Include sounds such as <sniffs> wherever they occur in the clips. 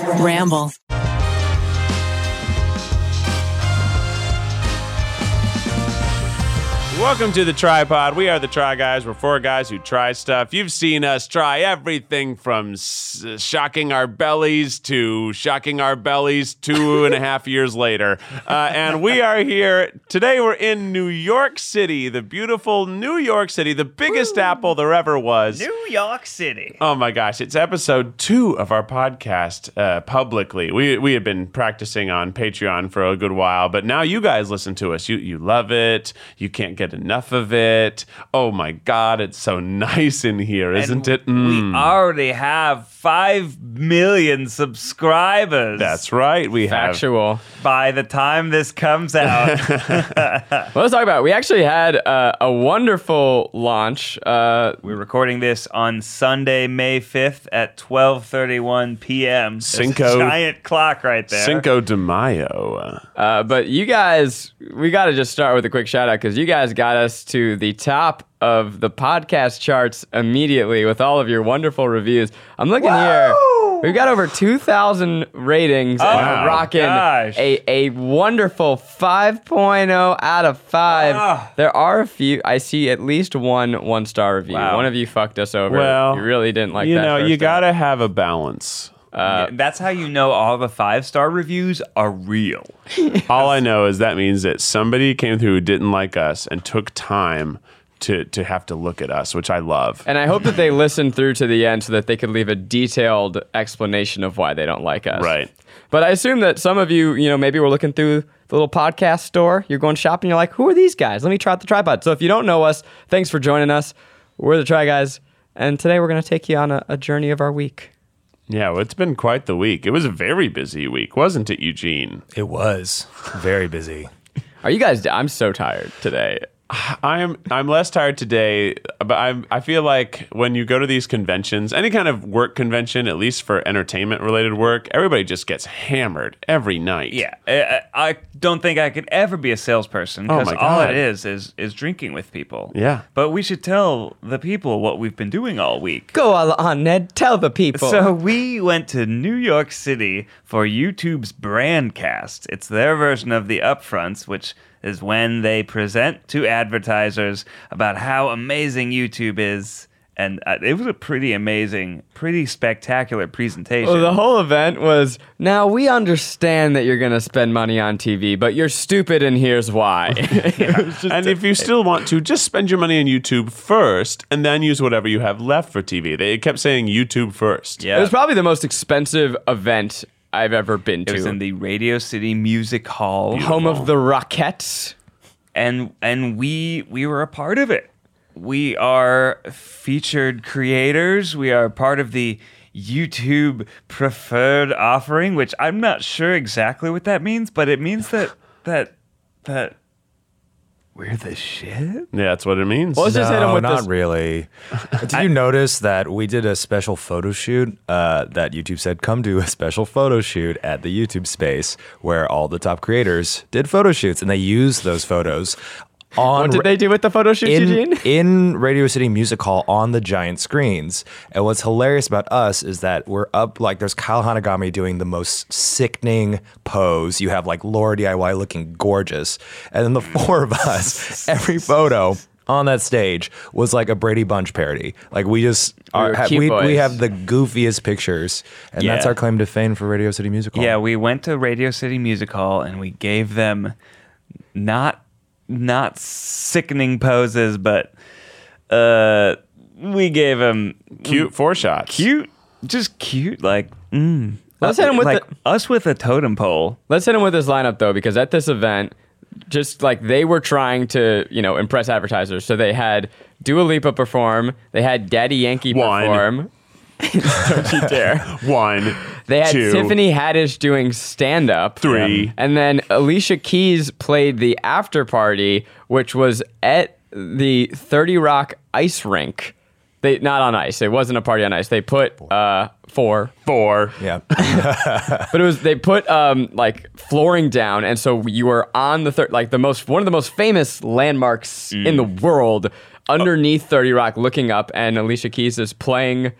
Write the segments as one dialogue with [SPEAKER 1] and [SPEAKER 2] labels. [SPEAKER 1] Ramble.
[SPEAKER 2] Welcome to the Tripod. We are the Try Guys. We're four guys who try stuff. You've seen us try everything from s- shocking our bellies to shocking our bellies two <laughs> and a half years later. Uh, and we are here today. We're in New York City, the beautiful New York City, the biggest apple there ever was.
[SPEAKER 3] New York City.
[SPEAKER 2] Oh my gosh, it's episode two of our podcast uh, publicly. We, we have been practicing on Patreon for a good while, but now you guys listen to us. You, you love it. You can't get enough of it. Oh my God, it's so <laughs> nice in here, isn't it? Mm.
[SPEAKER 3] We already have 5 million subscribers.
[SPEAKER 2] That's right. We have.
[SPEAKER 4] Factual.
[SPEAKER 3] by the time
[SPEAKER 2] <laughs>
[SPEAKER 3] this comes out.
[SPEAKER 4] Well, let's talk about. It. We actually had uh, a wonderful launch. Uh,
[SPEAKER 3] We're recording this on Sunday, May 5th at 12:31 p.m. There's a
[SPEAKER 2] Cinco-
[SPEAKER 3] giant clock right there.
[SPEAKER 2] Cinco de Mayo.
[SPEAKER 4] uh, but you guys, we got to just start with a quick shout out because you guys got us to the top of the podcast charts immediately with all of your wonderful reviews. I'm looking here. We've got over 2,000 ratings and
[SPEAKER 2] Wow.
[SPEAKER 4] are rocking
[SPEAKER 3] gosh.
[SPEAKER 4] a, a wonderful 5.0 out of 5.
[SPEAKER 3] Ah.
[SPEAKER 4] There are a few. I see at least one one star review.
[SPEAKER 3] Wow.
[SPEAKER 4] One of you fucked us over.
[SPEAKER 2] Well,
[SPEAKER 4] you really didn't like
[SPEAKER 2] you
[SPEAKER 4] that.
[SPEAKER 2] know,
[SPEAKER 4] first
[SPEAKER 2] you
[SPEAKER 4] time.
[SPEAKER 2] got to have a
[SPEAKER 4] <laughs>
[SPEAKER 2] balance.
[SPEAKER 3] Yeah, Uh, That's how you know all the five-star reviews are real.
[SPEAKER 2] All I know is that means that somebody came through who didn't like us and took time to, to have to look at us, which I love.
[SPEAKER 4] And I hope that they listened through to the end so that they could leave a detailed explanation of why they don't like us.
[SPEAKER 2] Right.
[SPEAKER 4] But I assume that some of you, you know, maybe were looking through the little podcast store. You're going shopping. You're like, who are these guys? Let me try out the tripod. So if you don't know us, thanks for joining us. We're the Try Guys. And today we're going to take you on a, a journey of our week.
[SPEAKER 2] Yeah, well, it's been quite the week. It was a very busy week, wasn't it, Eugene?
[SPEAKER 5] It was very busy.
[SPEAKER 4] Are you guys, I'm so tired today.
[SPEAKER 2] I'm I'm less tired today, but I'm I feel like when you go to these conventions, any kind of work convention, at least for entertainment related work, everybody just gets hammered every night.
[SPEAKER 3] Yeah, I, I I don't think I could ever be a salesperson
[SPEAKER 2] Oh
[SPEAKER 3] because
[SPEAKER 2] my
[SPEAKER 3] all
[SPEAKER 2] God.
[SPEAKER 3] it is is is drinking with people.
[SPEAKER 2] Yeah.
[SPEAKER 3] but we should tell the people what we've been doing all week.
[SPEAKER 4] Go on, Ned. Tell the people.
[SPEAKER 3] So we went to New York City for YouTube's Brandcast. It's their version of the upfronts, which is when they present to advertisers about how amazing YouTube is. And uh, it was a pretty amazing, pretty spectacular presentation.
[SPEAKER 4] Well, Oh, the whole event was now we understand that you're going to spend money on TV, but you're stupid, and here's why. <laughs>
[SPEAKER 2] and if you still want to, just spend your money on YouTube first, and then use whatever you have left for TV. They kept saying YouTube first.
[SPEAKER 3] yeah,
[SPEAKER 4] It was probably the most expensive event I've ever been to.
[SPEAKER 3] it was in the Radio City Music Hall.
[SPEAKER 4] Home of the Rockettes.
[SPEAKER 3] and and we we were a part of it. We are featured creators. We are part of the YouTube preferred offering, which I'm not sure exactly what that means, but it means that that that we're the shit.
[SPEAKER 2] Yeah, that's what it means.
[SPEAKER 4] Well, let's just hit him
[SPEAKER 5] No,
[SPEAKER 4] with
[SPEAKER 5] not
[SPEAKER 4] this. <laughs>
[SPEAKER 5] really. Did you notice that we did a special photo shoot uh, that YouTube said come do a special photo shoot at the YouTube space where all the top creators did photo shoots and they used those photos on
[SPEAKER 4] What did they do with the photo <laughs> shoot,
[SPEAKER 5] in,
[SPEAKER 4] Eugene?
[SPEAKER 5] in Radio City Music Hall on the giant screens. And what's hilarious about us is that we're up like there's Kyle Hanagami doing the most sickening pose. You have like Laura DIY looking gorgeous. And then the <laughs> four of us, every photo on that stage was like a Brady Bunch parody. Like we just are,
[SPEAKER 4] were
[SPEAKER 5] ha-
[SPEAKER 4] cute
[SPEAKER 5] we, we
[SPEAKER 4] boys.
[SPEAKER 5] have the goofiest pictures. And that's
[SPEAKER 3] Yeah.
[SPEAKER 5] our claim to fame for Radio City Music Hall.
[SPEAKER 3] Yeah, we went to Radio City Music Hall and we gave them not not sickening poses, but uh we gave them
[SPEAKER 2] cute four shots.
[SPEAKER 3] cute, just cute, like mm.
[SPEAKER 4] Let's hit 'em with
[SPEAKER 3] like
[SPEAKER 4] the-
[SPEAKER 3] us with a totem pole.
[SPEAKER 4] Let's hit him with this lineup though, because at this event, just like they were trying to, you know, impress advertisers, so they had Dua Lipa perform, they had Daddy Yankee
[SPEAKER 2] One.
[SPEAKER 4] perform. Don't you dare.
[SPEAKER 2] <laughs> One.
[SPEAKER 4] They had
[SPEAKER 2] two.
[SPEAKER 4] Tiffany Haddish doing stand up.
[SPEAKER 2] Three.
[SPEAKER 4] And then Alicia Keys played the after party, which was at the 30 Rock ice rink. They Not on ice. It wasn't a party on ice. They put uh, four,
[SPEAKER 2] Four.
[SPEAKER 5] Yeah.
[SPEAKER 4] but it was they put um, like flooring down, and so you were on the thir- like the most one of the most famous landmarks Oh. in the world underneath 30 Rock, looking up, and Alicia Keys is playing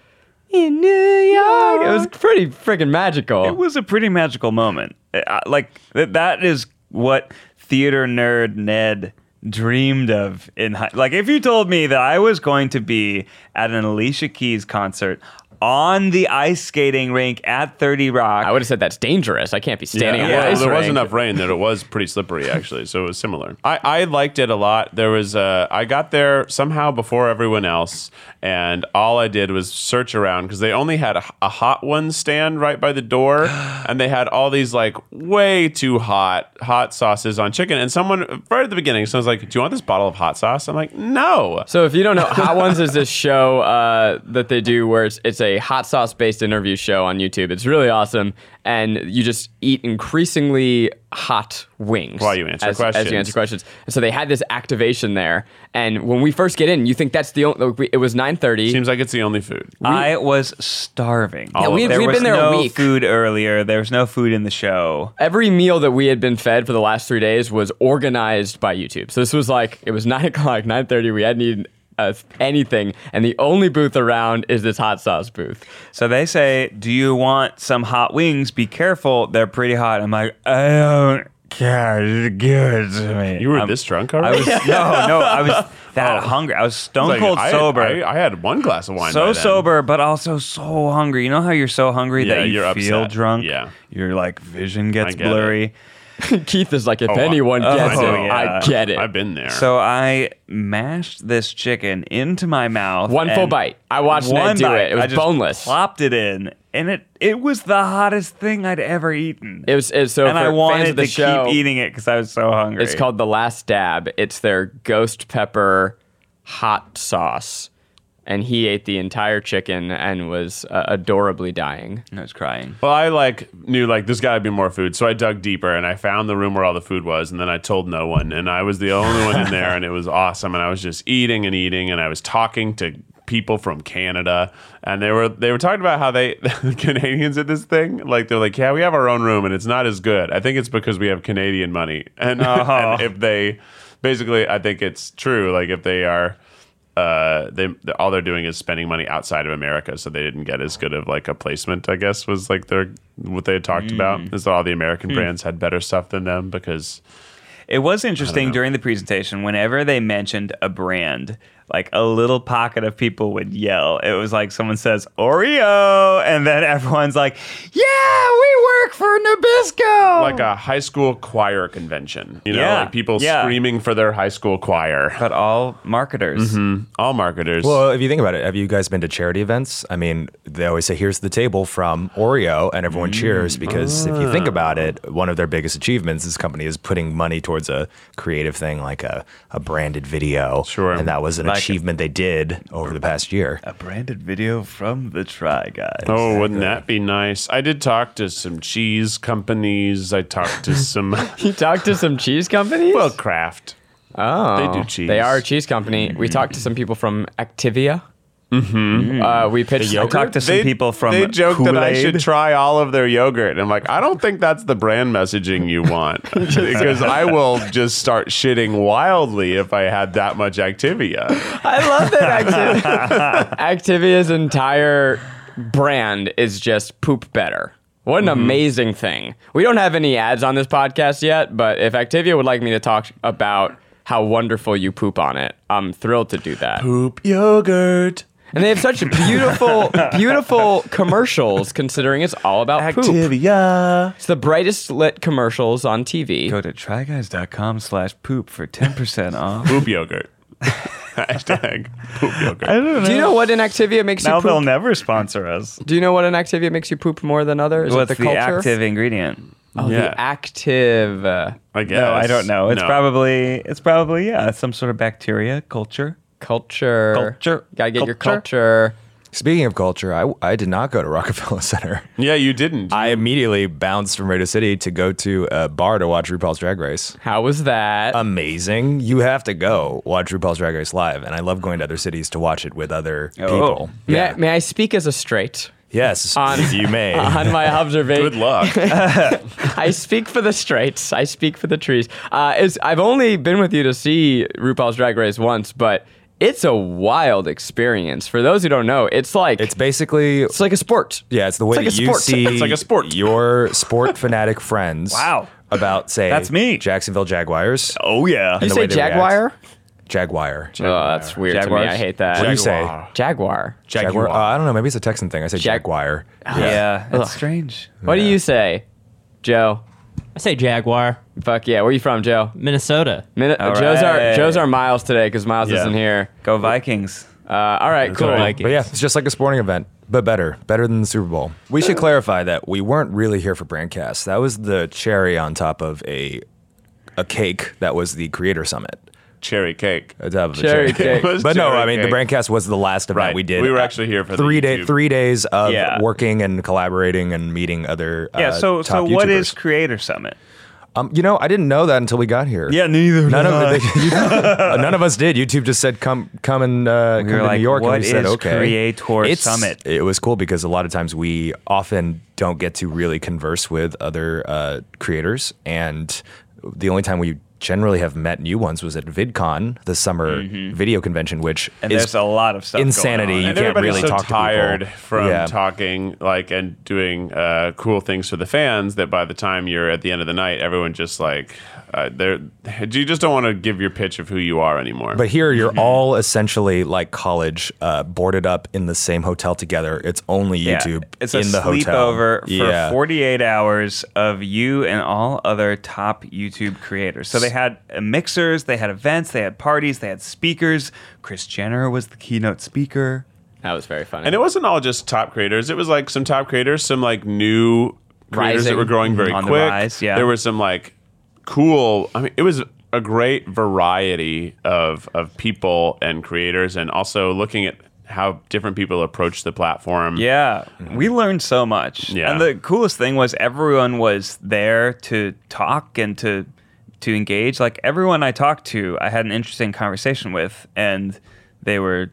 [SPEAKER 4] in New York. It was pretty freaking magical.
[SPEAKER 3] It was a pretty magical moment. Uh, Like th- that is what theater nerd Ned dreamed of in high. Like if you told me that I was going to be at an Alicia Keys concert on the ice skating rink at 30 Rock,
[SPEAKER 4] I would have said that's dangerous. I can't be standing on
[SPEAKER 3] Yeah,
[SPEAKER 4] an
[SPEAKER 2] well,
[SPEAKER 4] ice
[SPEAKER 2] there was
[SPEAKER 4] rink."
[SPEAKER 2] enough rain that it was pretty slippery actually, so it was similar. I, I liked it a lot. There was uh, I got there somehow before everyone else, and all I did was search around because they only had a, a hot one stand right by the <gasps> door, and they had all these like way too hot hot sauces on chicken. And someone right at the beginning, someone's like, "Do you want this bottle of hot sauce?" I'm like, "No."
[SPEAKER 4] So if you don't know, Hot Ones is this <laughs> show uh, that they do where it's, it's a hot sauce based interview show on YouTube. It's really awesome, and you just eat increasingly hot wings
[SPEAKER 2] While you answer
[SPEAKER 4] as, As you
[SPEAKER 2] questions.
[SPEAKER 4] answer questions, and so they had this activation there. And when we first get in, you think that's the only. Like we, it was nine thirty.
[SPEAKER 2] Seems like it's the only food.
[SPEAKER 3] I was starving.
[SPEAKER 2] Yeah, we-
[SPEAKER 3] there
[SPEAKER 4] we've
[SPEAKER 3] was
[SPEAKER 4] been there a
[SPEAKER 3] no
[SPEAKER 4] week.
[SPEAKER 3] food earlier. There was no food in the show.
[SPEAKER 4] every meal that we had been fed for the last three days was organized by YouTube. So this was like it was <laughs> nine o'clock, nine thirty. We hadn't eaten uh, anything, and the only booth around is this hot sauce booth. <laughs>
[SPEAKER 3] So they say, "Do you want some hot wings? Be careful, they're pretty hot." I'm like, "I don't care. Just Give it to me."
[SPEAKER 2] You were
[SPEAKER 3] I'm-
[SPEAKER 2] this drunk
[SPEAKER 3] I
[SPEAKER 2] already.
[SPEAKER 4] <laughs>
[SPEAKER 3] was no, no. I was
[SPEAKER 4] Oh.
[SPEAKER 3] that hungry. I was
[SPEAKER 2] <laughs>
[SPEAKER 3] stone
[SPEAKER 2] Like,
[SPEAKER 3] cold
[SPEAKER 2] I-
[SPEAKER 3] sober.
[SPEAKER 2] I, I had one glass of wine. by
[SPEAKER 3] so
[SPEAKER 2] then.
[SPEAKER 3] sober, but also so hungry. You know how you're so hungry
[SPEAKER 2] Yeah,
[SPEAKER 3] that you
[SPEAKER 2] you're
[SPEAKER 3] feel
[SPEAKER 2] upset.
[SPEAKER 3] drunk.
[SPEAKER 2] Yeah.
[SPEAKER 3] your like vision gets
[SPEAKER 2] get it.
[SPEAKER 3] blurry.
[SPEAKER 4] Keith is like, if
[SPEAKER 2] Oh, I-
[SPEAKER 4] anyone
[SPEAKER 2] oh,
[SPEAKER 4] gets
[SPEAKER 2] I
[SPEAKER 4] it,
[SPEAKER 2] know.
[SPEAKER 4] I get it.
[SPEAKER 2] I've been there.
[SPEAKER 3] So I mashed this chicken into my mouth.
[SPEAKER 4] One full
[SPEAKER 3] and
[SPEAKER 4] bite. I watched Ned
[SPEAKER 3] one
[SPEAKER 4] do
[SPEAKER 3] bite.
[SPEAKER 4] it. It was
[SPEAKER 3] I just
[SPEAKER 4] boneless.
[SPEAKER 3] Plopped it in, and it it was the hottest thing I'd ever eaten.
[SPEAKER 4] it was, it was- so
[SPEAKER 3] and
[SPEAKER 4] for
[SPEAKER 3] I
[SPEAKER 4] fans of
[SPEAKER 3] wanted
[SPEAKER 4] the
[SPEAKER 3] to
[SPEAKER 4] show,
[SPEAKER 3] keep eating it because I was so hungry.
[SPEAKER 4] It's called The Last Dab. It's their ghost pepper hot sauce. And he ate the entire chicken and was uh, adorably dying.
[SPEAKER 3] I was crying.
[SPEAKER 2] Well, I like knew like there's got to be more food, so I dug deeper and I found the room where all the food was, and then I told no one, and I was the only one in there, and it was awesome, and I was just eating and eating, and I was talking to people from Canada, and they were they were talking about how they <laughs> the Canadians at this thing, like they're like, yeah, we have our own room, and it's not as good. I think it's because we have Canadian money, <laughs> and,
[SPEAKER 3] Oh.
[SPEAKER 2] and if they basically, I think it's true, like if they are. Uh, they all they're doing is spending money outside of America, so they didn't get as good of like a placement. I guess was like their what they had talked
[SPEAKER 4] Hmm.
[SPEAKER 2] about is that all the American brands had better stuff than them because
[SPEAKER 3] It was interesting during the presentation. Whenever they mentioned a brand, like a little pocket of people would yell. It was like someone says Oreo, and then <laughs> everyone's like, "Yeah, we work for Nabisco."
[SPEAKER 2] like a high school choir convention, you know,
[SPEAKER 3] Yeah.
[SPEAKER 2] like people
[SPEAKER 3] Yeah.
[SPEAKER 2] screaming for their high school choir.
[SPEAKER 3] but all marketers.
[SPEAKER 2] All marketers.
[SPEAKER 5] Well, if you think about it, have you guys been to charity events? I mean, they always say, here's the table from Oreo, and everyone cheers because if you think about it, one of their biggest achievements, this company is putting money towards a creative thing like a, a branded video.
[SPEAKER 2] Sure.
[SPEAKER 5] And that was an
[SPEAKER 3] Like-
[SPEAKER 5] achievement they did over the past year.
[SPEAKER 3] A branded video from the Try Guys.
[SPEAKER 2] Oh, wouldn't that be nice? I did talk to some cheese companies. I talked to
[SPEAKER 4] <laughs>
[SPEAKER 2] some
[SPEAKER 4] He talked to some cheese companies?
[SPEAKER 2] well, Kraft.
[SPEAKER 4] Oh,
[SPEAKER 2] They do cheese.
[SPEAKER 4] They are a cheese company. We talked to some people from Activia. Mm-hmm. Uh, we pitched.
[SPEAKER 3] I talked to some
[SPEAKER 2] They-
[SPEAKER 3] people from
[SPEAKER 2] They joke that I should
[SPEAKER 3] Kool-Aid.
[SPEAKER 2] try all of their yogurt. And I'm like, I don't think that's the brand messaging you
[SPEAKER 3] <laughs>
[SPEAKER 2] want. because I will just start shitting wildly if I had that much Uh, Activia.
[SPEAKER 4] I love that Activia. Activia's entire brand is just poop better. What an amazing thing. We don't have any ads on this podcast yet, but if Activia would like me to talk about how wonderful you poop on it, I'm thrilled to do that.
[SPEAKER 2] Poop yogurt.
[SPEAKER 4] And they have such beautiful, beautiful commercials considering it's all about poop.
[SPEAKER 2] Activia.
[SPEAKER 4] It's the brightest lit commercials on TV.
[SPEAKER 3] Go to tryguys.com slash poop for
[SPEAKER 2] <laughs>
[SPEAKER 3] 10% off.
[SPEAKER 2] Poop yogurt. Hashtag poop yogurt.
[SPEAKER 3] don't
[SPEAKER 4] Do you know what in Activia makes you
[SPEAKER 3] Now they'll
[SPEAKER 4] poop?
[SPEAKER 3] never sponsor us.
[SPEAKER 4] Do you know what in Activia makes you poop more than others? Is it
[SPEAKER 3] What's
[SPEAKER 4] the
[SPEAKER 3] the,
[SPEAKER 4] culture?
[SPEAKER 3] active ingredient?
[SPEAKER 4] Oh,
[SPEAKER 2] Yeah.
[SPEAKER 4] the active. uh,
[SPEAKER 2] I guess.
[SPEAKER 3] No, I don't know. It's
[SPEAKER 2] No.
[SPEAKER 3] probably, it's probably, yeah, some sort of bacteria culture.
[SPEAKER 4] Culture.
[SPEAKER 3] Culture.
[SPEAKER 4] Gotta get your
[SPEAKER 3] Culture.
[SPEAKER 4] culture.
[SPEAKER 5] Speaking of culture, I, I did not go to <laughs> Rockefeller Center.
[SPEAKER 2] Yeah, you didn't.
[SPEAKER 5] I immediately bounced from Radio City to go to a bar to watch RuPaul's Drag Race.
[SPEAKER 4] How was that?
[SPEAKER 5] Um, Amazing. You have to go watch RuPaul's Drag Race live. And I love going to other cities to watch it with other people.
[SPEAKER 4] may, I, may I speak as a straight?
[SPEAKER 5] Yes,
[SPEAKER 4] On-
[SPEAKER 5] you
[SPEAKER 4] <laughs>
[SPEAKER 5] may.
[SPEAKER 4] On my observation.
[SPEAKER 2] Good luck.
[SPEAKER 4] I speak for the straights. I speak for the trees. Uh, it's, I've only been with you to see RuPaul's Drag Race once, but It's a wild experience. For those who don't know, it's like
[SPEAKER 5] It's basically
[SPEAKER 4] it's like a sport.
[SPEAKER 5] yeah, it's the
[SPEAKER 4] It's
[SPEAKER 5] way
[SPEAKER 4] like
[SPEAKER 5] that
[SPEAKER 4] a
[SPEAKER 5] you
[SPEAKER 4] sport.
[SPEAKER 5] see
[SPEAKER 2] It's like a sport.
[SPEAKER 5] your sport fanatic friends.
[SPEAKER 3] Wow.
[SPEAKER 5] About say
[SPEAKER 3] That's me.
[SPEAKER 5] Jacksonville Jaguars.
[SPEAKER 3] <laughs> Oh yeah.
[SPEAKER 5] the
[SPEAKER 4] You
[SPEAKER 5] way
[SPEAKER 4] say
[SPEAKER 5] they react.
[SPEAKER 4] jaguar?
[SPEAKER 5] Jaguar.
[SPEAKER 4] Oh, that's weird to me. I
[SPEAKER 3] Jaguars?
[SPEAKER 4] hate
[SPEAKER 5] What do
[SPEAKER 4] that.
[SPEAKER 5] you say?
[SPEAKER 2] Jaguar.
[SPEAKER 4] Jaguar.
[SPEAKER 5] Jaguar. Uh, I don't know. Maybe it's a Texan thing. I say
[SPEAKER 4] Jag-
[SPEAKER 5] Jaguar.
[SPEAKER 3] yeah. that's strange.
[SPEAKER 4] What do you say, Joe?
[SPEAKER 1] I say Jaguar,
[SPEAKER 4] Fuck yeah. Where you from, Joe?
[SPEAKER 1] Minnesota.
[SPEAKER 4] Min-
[SPEAKER 3] All
[SPEAKER 4] Joe's our
[SPEAKER 3] right.
[SPEAKER 4] Joe's our Miles today because Miles
[SPEAKER 2] Yeah.
[SPEAKER 4] isn't here.
[SPEAKER 3] Go Vikings.
[SPEAKER 4] Uh, all right, cool.
[SPEAKER 1] right.
[SPEAKER 5] But yeah, it's just like a sporting event, but better, better than the Super Bowl. We should clarify that we weren't really here for Brandcast. That was the cherry on top of a a cake that was the Creator Summit.
[SPEAKER 2] Cherry cake.
[SPEAKER 5] On top of the
[SPEAKER 4] Cherry
[SPEAKER 5] cherry.
[SPEAKER 4] cake.
[SPEAKER 2] It was
[SPEAKER 5] <laughs> But no,
[SPEAKER 2] cherry
[SPEAKER 5] I mean the
[SPEAKER 2] cake.
[SPEAKER 5] Brandcast was the last event
[SPEAKER 2] Right.
[SPEAKER 5] we did.
[SPEAKER 2] We were actually here for the
[SPEAKER 5] three day
[SPEAKER 2] YouTube.
[SPEAKER 5] three days of
[SPEAKER 3] Yeah.
[SPEAKER 5] working and collaborating and meeting other
[SPEAKER 3] Yeah.
[SPEAKER 5] uh,
[SPEAKER 3] so so
[SPEAKER 5] top
[SPEAKER 3] what
[SPEAKER 5] YouTubers.
[SPEAKER 3] is Creator Summit?
[SPEAKER 5] um you know I didn't know that until we got here
[SPEAKER 3] neither.
[SPEAKER 5] none <laughs> of they, none of us did YouTube just said come come and uh,
[SPEAKER 3] We
[SPEAKER 5] come
[SPEAKER 3] were
[SPEAKER 5] to
[SPEAKER 3] like,
[SPEAKER 5] New York
[SPEAKER 3] what
[SPEAKER 5] and we said
[SPEAKER 3] is
[SPEAKER 5] okay
[SPEAKER 3] Creator Summit?
[SPEAKER 5] It was cool because a lot of times we often don't get to really converse with other uh, creators, and the only time we generally have met new ones was at VidCon, the summer video convention, which
[SPEAKER 3] Mm-hmm. And
[SPEAKER 5] is
[SPEAKER 3] there's a lot of stuff. going
[SPEAKER 5] insanity.
[SPEAKER 3] on.
[SPEAKER 5] You
[SPEAKER 2] and
[SPEAKER 5] can't
[SPEAKER 2] everybody's
[SPEAKER 5] really
[SPEAKER 2] so
[SPEAKER 5] talk to people.
[SPEAKER 2] tired from
[SPEAKER 5] Yeah.
[SPEAKER 2] talking like and doing uh, cool things for the fans that by the time you're at the end of the night, everyone just like uh, they're you just don't want to give your pitch of who you are anymore.
[SPEAKER 5] But here
[SPEAKER 3] Mm-hmm.
[SPEAKER 5] you're all essentially like college, uh, boarded up in the same hotel together. It's only
[SPEAKER 3] Yeah,
[SPEAKER 5] YouTube
[SPEAKER 3] It's
[SPEAKER 5] in
[SPEAKER 3] a
[SPEAKER 5] the hotel.
[SPEAKER 3] sleepover for
[SPEAKER 5] Yeah.
[SPEAKER 3] 48 hours of you and all other top YouTube creators. So they had uh, mixers, they had events, they had parties, they had speakers. Chris Jenner was the keynote speaker.
[SPEAKER 4] That was very funny.
[SPEAKER 2] And it wasn't all just top creators. It was like some top creators, some like new creators
[SPEAKER 4] Rising.
[SPEAKER 2] that were growing very
[SPEAKER 3] On the
[SPEAKER 2] quick.
[SPEAKER 3] rise, yeah.
[SPEAKER 2] There were some like cool. I mean, it was a great variety of of people and creators, and also looking at how different people approach the platform.
[SPEAKER 3] Yeah, we learned so much.
[SPEAKER 2] Yeah.
[SPEAKER 3] And the coolest thing was everyone was there to talk and to to engage. Like everyone I talked to, I had an interesting conversation with and they were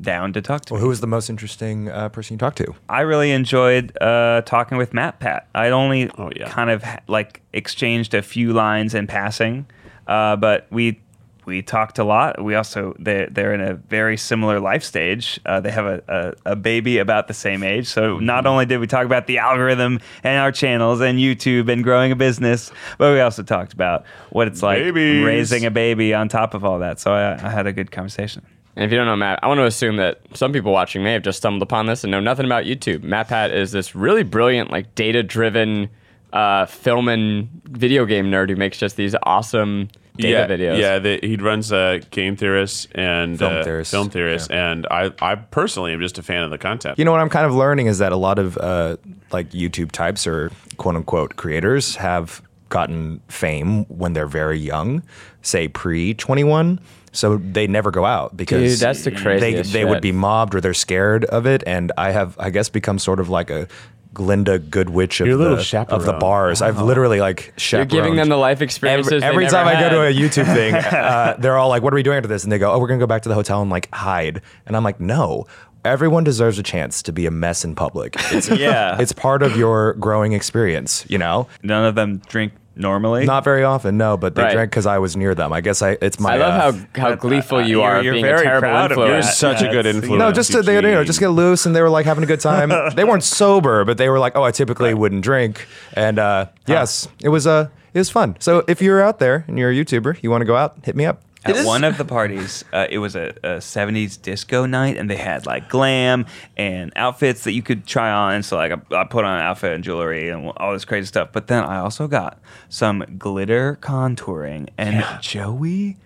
[SPEAKER 3] down to talk to
[SPEAKER 5] Well,
[SPEAKER 3] me.
[SPEAKER 5] who was the most interesting uh, person you talked to?
[SPEAKER 3] I really enjoyed uh, talking with Matt Pat. I'd only
[SPEAKER 2] Oh, yeah.
[SPEAKER 3] kind of like exchanged a few lines in passing, uh, but we we talked a lot. We also they're, they're in a very similar life stage. Uh, they have a, a, a baby about the same age. So
[SPEAKER 2] Mm-hmm.
[SPEAKER 3] not only did we talk about the algorithm and our channels and YouTube and growing a business, but we also talked about what it's like
[SPEAKER 2] Babies.
[SPEAKER 3] raising a baby on top of all that. So I, I had a good conversation.
[SPEAKER 4] And if you don't know Matt, I want to assume that some people watching may have just stumbled upon this and know nothing about YouTube. MatPat is this really brilliant, like data-driven uh, film and video game nerd who makes just these awesome data
[SPEAKER 2] yeah,
[SPEAKER 4] videos.
[SPEAKER 2] Yeah, the, he runs uh, Game Theorists and
[SPEAKER 5] Film
[SPEAKER 2] uh,
[SPEAKER 5] Theorists,
[SPEAKER 2] Film Theorists, and I, I personally am just a fan of the content.
[SPEAKER 5] You know what I'm kind of learning is that a lot of uh, like YouTube types or quote unquote creators have gotten fame when they're very young, say pre 21. So they never go out because
[SPEAKER 4] Dude, that's the
[SPEAKER 5] they,
[SPEAKER 4] craziest
[SPEAKER 5] they
[SPEAKER 4] shit.
[SPEAKER 5] would be mobbed or they're scared of it. And I have, I guess, become sort of like a Glinda Goodwitch of,
[SPEAKER 2] You're a little
[SPEAKER 5] the, of the
[SPEAKER 2] chaperone.
[SPEAKER 5] bars. I've literally like
[SPEAKER 4] You're
[SPEAKER 5] chaperoned.
[SPEAKER 4] giving them the life experiences. they
[SPEAKER 5] Every, every
[SPEAKER 4] never
[SPEAKER 5] time I
[SPEAKER 4] had.
[SPEAKER 5] go to a
[SPEAKER 4] <laughs>
[SPEAKER 5] YouTube thing, uh, they're all like, "What are we doing after this?" And they go, "Oh, we're gonna go back to the hotel and like hide." And I'm like, "No, everyone deserves a chance to be a mess in public.
[SPEAKER 4] <laughs>
[SPEAKER 5] It's,
[SPEAKER 3] Yeah.
[SPEAKER 5] it's part of your growing experience, you know."
[SPEAKER 3] None of them drink normally.
[SPEAKER 5] Not very often, no, but they
[SPEAKER 4] Right.
[SPEAKER 5] drank because I was near them. I guess I it's my.
[SPEAKER 4] I love
[SPEAKER 5] uh,
[SPEAKER 4] how how gleeful you
[SPEAKER 3] You're-
[SPEAKER 4] are
[SPEAKER 3] you're
[SPEAKER 4] being a
[SPEAKER 3] very
[SPEAKER 4] terrible
[SPEAKER 3] proud of
[SPEAKER 4] influence.
[SPEAKER 2] You're
[SPEAKER 3] that.
[SPEAKER 2] such a
[SPEAKER 3] Yeah,
[SPEAKER 2] good
[SPEAKER 3] that's-
[SPEAKER 2] influence.
[SPEAKER 5] no, just to, they you know just get loose and they were like having a
[SPEAKER 4] <laughs>
[SPEAKER 5] good time. they weren't sober, but they were like, "Oh, I typically wouldn't drink." And uh, yes, it was uh, it was fun. So if you're out there and you're a YouTuber, you want to go out, hit me up.
[SPEAKER 3] At
[SPEAKER 4] is-
[SPEAKER 3] one of the parties, uh, it was a, a 70s disco night, and they had like glam and outfits that you could try on. And so, like, I, I put on an outfit and jewelry and all this crazy stuff. But then I also got some glitter contouring. And Joey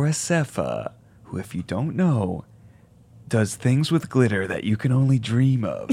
[SPEAKER 3] Graceffa, who, if you don't know, does things with glitter that you can only dream
[SPEAKER 4] <laughs>
[SPEAKER 3] of.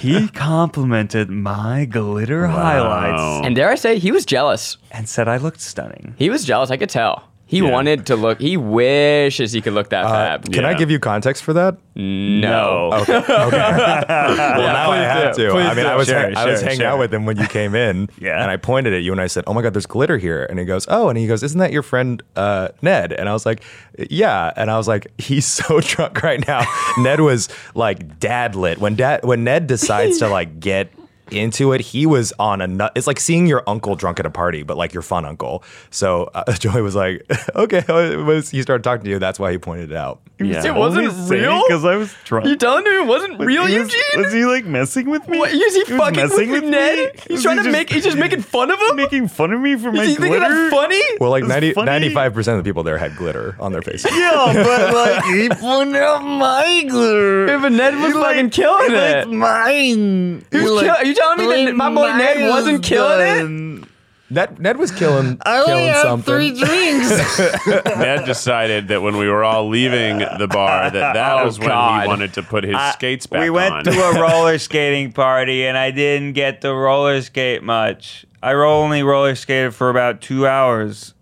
[SPEAKER 3] he complimented my glitter
[SPEAKER 2] Um,
[SPEAKER 3] highlights
[SPEAKER 4] And dare I say, he was jealous.
[SPEAKER 3] and said I looked stunning.
[SPEAKER 4] He was jealous. I could tell. He wanted to look. He wishes he could look
[SPEAKER 3] Uh,
[SPEAKER 4] that fab.
[SPEAKER 5] Uh, Can I
[SPEAKER 2] Yeah.
[SPEAKER 5] give you context for that?
[SPEAKER 4] no.
[SPEAKER 3] Oh, <laughs>
[SPEAKER 5] Okay. okay. well, now I have to.
[SPEAKER 3] Please
[SPEAKER 5] I mean,
[SPEAKER 3] do.
[SPEAKER 5] I was
[SPEAKER 3] Sure,
[SPEAKER 5] I was
[SPEAKER 3] sure,
[SPEAKER 5] hanging
[SPEAKER 3] sure.
[SPEAKER 5] out with him when you came in,
[SPEAKER 3] <laughs> Yeah.
[SPEAKER 5] and I pointed at you and I said, "Oh my God, there's glitter here." And he goes, "Oh," and he goes, "Isn't that your friend uh, Ned?" And I was like, "Yeah," and I was like, <laughs> "He's so drunk right now." Ned was like dad lit when dad when Ned decides to like get into it. He was on a nut. It's like seeing your uncle drunk at a party, but like your fun uncle. So uh, <laughs> Joey was like, okay. <laughs> Once he started talking to you, that's why he pointed it out.
[SPEAKER 3] Yeah.
[SPEAKER 4] It wasn't real?
[SPEAKER 3] because I was drunk.
[SPEAKER 4] You telling me it wasn't real,
[SPEAKER 3] He was-
[SPEAKER 4] Eugene?
[SPEAKER 3] Was he like messing with me?
[SPEAKER 4] What, is he,
[SPEAKER 3] was
[SPEAKER 4] fucking with,
[SPEAKER 3] messing
[SPEAKER 4] with
[SPEAKER 3] me?
[SPEAKER 4] Ned? He's
[SPEAKER 3] Was
[SPEAKER 4] trying
[SPEAKER 3] he
[SPEAKER 4] to make. He's just making fun of him.
[SPEAKER 3] making fun of me for my
[SPEAKER 4] Does he think
[SPEAKER 3] glitter.
[SPEAKER 4] that's funny?
[SPEAKER 5] Well, like
[SPEAKER 3] That's
[SPEAKER 5] 90,
[SPEAKER 3] funny.
[SPEAKER 5] 95% of the people there had glitter on their faces.
[SPEAKER 4] <laughs>
[SPEAKER 3] Yeah, but like he pointed out my glitter.
[SPEAKER 4] Yeah, but Ned was
[SPEAKER 3] He
[SPEAKER 4] fucking
[SPEAKER 3] liked-
[SPEAKER 4] killing
[SPEAKER 3] he liked
[SPEAKER 4] it.
[SPEAKER 3] mine.
[SPEAKER 4] He was
[SPEAKER 3] He
[SPEAKER 4] kill-
[SPEAKER 3] liked
[SPEAKER 4] are you telling me that
[SPEAKER 3] mine
[SPEAKER 4] my boy Ned
[SPEAKER 3] miles
[SPEAKER 4] wasn't killing
[SPEAKER 3] done.
[SPEAKER 5] Ned, Ned was killing,
[SPEAKER 3] <laughs> I only
[SPEAKER 5] killing
[SPEAKER 3] had
[SPEAKER 5] something.
[SPEAKER 3] three drinks.
[SPEAKER 2] <laughs> Ned decided that when we were all leaving the bar,
[SPEAKER 3] <laughs>
[SPEAKER 2] that that
[SPEAKER 4] Oh,
[SPEAKER 2] was when
[SPEAKER 4] God.
[SPEAKER 2] he wanted to put his
[SPEAKER 3] I-
[SPEAKER 2] skates back
[SPEAKER 3] We went
[SPEAKER 2] on. <laughs>
[SPEAKER 3] to a roller skating party, and I didn't get to roller skate much. I only roller skated for about two hours,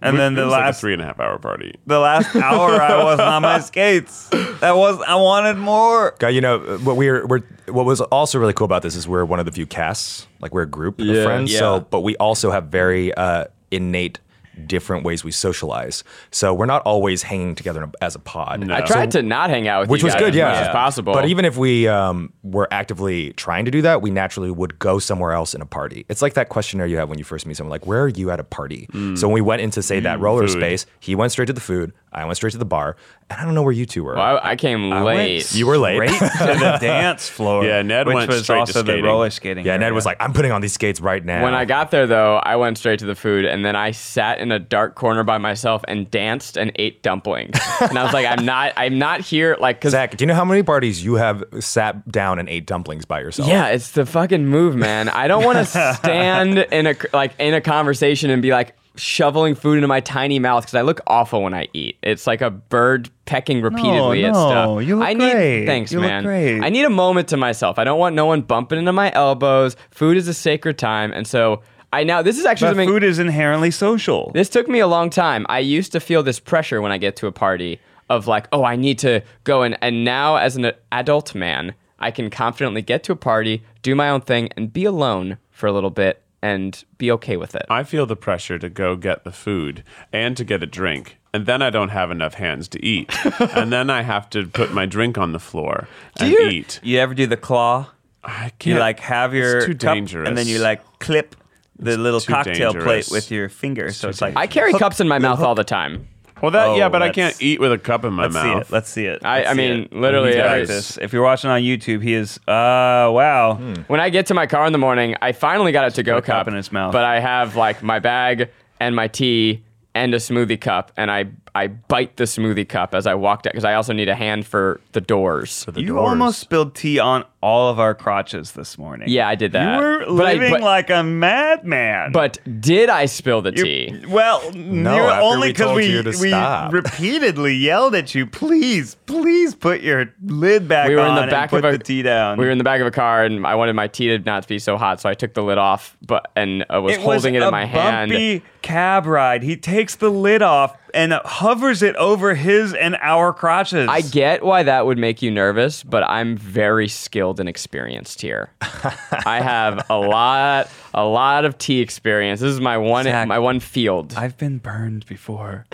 [SPEAKER 3] and then
[SPEAKER 2] it
[SPEAKER 3] the
[SPEAKER 2] was like a
[SPEAKER 3] last
[SPEAKER 2] three and a half hour party.
[SPEAKER 3] the last hour I wasn't
[SPEAKER 2] <laughs>
[SPEAKER 3] on my skates. That was I wanted more.
[SPEAKER 5] God, you know what we were, we're what was also really cool about this is we're one of the few casts like we're a group
[SPEAKER 4] Yeah.
[SPEAKER 5] of friends
[SPEAKER 4] Yeah.
[SPEAKER 5] so but we also have very uh, innate different ways we socialize so we're not always hanging together as a pod
[SPEAKER 4] I tried to not hang out with
[SPEAKER 5] which
[SPEAKER 4] you
[SPEAKER 5] was
[SPEAKER 4] guys
[SPEAKER 5] good
[SPEAKER 4] as
[SPEAKER 5] yeah
[SPEAKER 4] much as possible.
[SPEAKER 5] but even if we um, were actively trying to do that we naturally would go somewhere else in a party it's like that questionnaire you have when you first meet someone like where are you at a party so when we went into say that roller
[SPEAKER 2] Mm. food.
[SPEAKER 5] space he went straight to the food I went straight to the bar and I don't know where you two were
[SPEAKER 4] I, I came late.
[SPEAKER 5] you were late
[SPEAKER 3] Straight to
[SPEAKER 2] <laughs>
[SPEAKER 3] the dance floor.
[SPEAKER 2] Yeah, Ned
[SPEAKER 3] which
[SPEAKER 2] went
[SPEAKER 3] was
[SPEAKER 2] straight to
[SPEAKER 3] also the
[SPEAKER 2] skating.
[SPEAKER 3] roller skating.
[SPEAKER 5] Yeah, Ned
[SPEAKER 3] area.
[SPEAKER 5] was like, I'm putting on these skates right now.
[SPEAKER 4] When I got there, though, I went straight to the food and then I sat in a dark corner by myself and danced and ate dumplings. and I was like, I'm not, I'm not here, like, cause
[SPEAKER 5] Zach, do you know how many parties you have sat down and ate dumplings by yourself?
[SPEAKER 4] yeah, it's the fucking move, man. I
[SPEAKER 3] <laughs>
[SPEAKER 4] don't want to stand in a like in a conversation and be like shoveling food into my tiny mouth because I look awful when I eat. It's like a bird pecking repeatedly at
[SPEAKER 3] no,
[SPEAKER 4] stuff.
[SPEAKER 3] you look
[SPEAKER 4] I need,
[SPEAKER 3] great.
[SPEAKER 4] Thanks,
[SPEAKER 3] You look
[SPEAKER 4] man.
[SPEAKER 3] great.
[SPEAKER 4] I need a moment to myself. I don't want no one bumping into my elbows. Food is a sacred time, and so. I now this is actually
[SPEAKER 3] But
[SPEAKER 4] something
[SPEAKER 3] food is inherently social.
[SPEAKER 4] This took me a long time. I used to feel this pressure when I get to a party of like, oh, I need to go and and now as an adult man, I can confidently get to a party, do my own thing, and be alone for a little bit and be okay with it.
[SPEAKER 2] I feel the pressure to go get the food and to get a drink. And then I don't have enough hands to eat.
[SPEAKER 3] <laughs>
[SPEAKER 2] and then I have to put my drink on the floor and
[SPEAKER 4] you-
[SPEAKER 2] eat.
[SPEAKER 3] You ever do the claw?
[SPEAKER 2] I can't.
[SPEAKER 3] You like have your
[SPEAKER 2] it's too
[SPEAKER 3] cup
[SPEAKER 2] dangerous.
[SPEAKER 3] and then you like clip the little
[SPEAKER 2] too
[SPEAKER 3] cocktail
[SPEAKER 2] dangerous.
[SPEAKER 3] plate with your finger. so it's like
[SPEAKER 4] I carry cups in my mouth all the time.
[SPEAKER 2] Well, that
[SPEAKER 3] Oh,
[SPEAKER 2] yeah, but I
[SPEAKER 3] that's-
[SPEAKER 2] can't eat with a cup in my
[SPEAKER 3] Let's see
[SPEAKER 2] mouth.
[SPEAKER 3] it. Let's see it.
[SPEAKER 4] I-
[SPEAKER 3] Let's
[SPEAKER 4] I
[SPEAKER 3] see
[SPEAKER 4] mean,
[SPEAKER 3] it.
[SPEAKER 4] literally
[SPEAKER 3] He's got
[SPEAKER 4] every-
[SPEAKER 3] this. If you're watching on YouTube, he is. Uh, wow.
[SPEAKER 5] Hmm,
[SPEAKER 4] When I get to my car in the morning, I finally got a to-go
[SPEAKER 3] put a cup
[SPEAKER 4] cup,
[SPEAKER 3] in his mouth.
[SPEAKER 4] But I have like my bag and my tea and a smoothie cup, and I I bite the smoothie cup as I walked out because I also need a hand for the doors.
[SPEAKER 2] The
[SPEAKER 3] You
[SPEAKER 2] doors.
[SPEAKER 3] almost spilled tea on all of our crotches this morning.
[SPEAKER 4] Yeah, I did that.
[SPEAKER 3] You were
[SPEAKER 4] But I-
[SPEAKER 3] living
[SPEAKER 4] but-
[SPEAKER 3] like a madman.
[SPEAKER 4] But did I spill the
[SPEAKER 3] You-
[SPEAKER 4] tea?
[SPEAKER 3] Well, no,
[SPEAKER 5] after
[SPEAKER 3] only
[SPEAKER 5] we
[SPEAKER 3] because
[SPEAKER 5] told
[SPEAKER 3] we
[SPEAKER 5] you to
[SPEAKER 3] we
[SPEAKER 5] stop.
[SPEAKER 3] repeatedly yelled at you. Please, please put your lid back
[SPEAKER 4] we were
[SPEAKER 3] on
[SPEAKER 4] in the
[SPEAKER 3] and
[SPEAKER 4] back
[SPEAKER 3] put
[SPEAKER 4] of a,
[SPEAKER 3] the tea down.
[SPEAKER 4] We were in the back of a car, and I wanted my tea to not be so hot, so I took the lid off, but and uh, was holding it in my
[SPEAKER 3] It was
[SPEAKER 4] hand.
[SPEAKER 3] a bumpy cab ride. He takes the lid off and hovers it over his and our crotches.
[SPEAKER 4] I get why that would make you nervous, but I'm very skilled and experienced here. I have
[SPEAKER 3] <laughs>
[SPEAKER 4] a lot, a lot of tea experience. This is my one,
[SPEAKER 3] Zach.
[SPEAKER 4] my one field.
[SPEAKER 3] I've been burned before.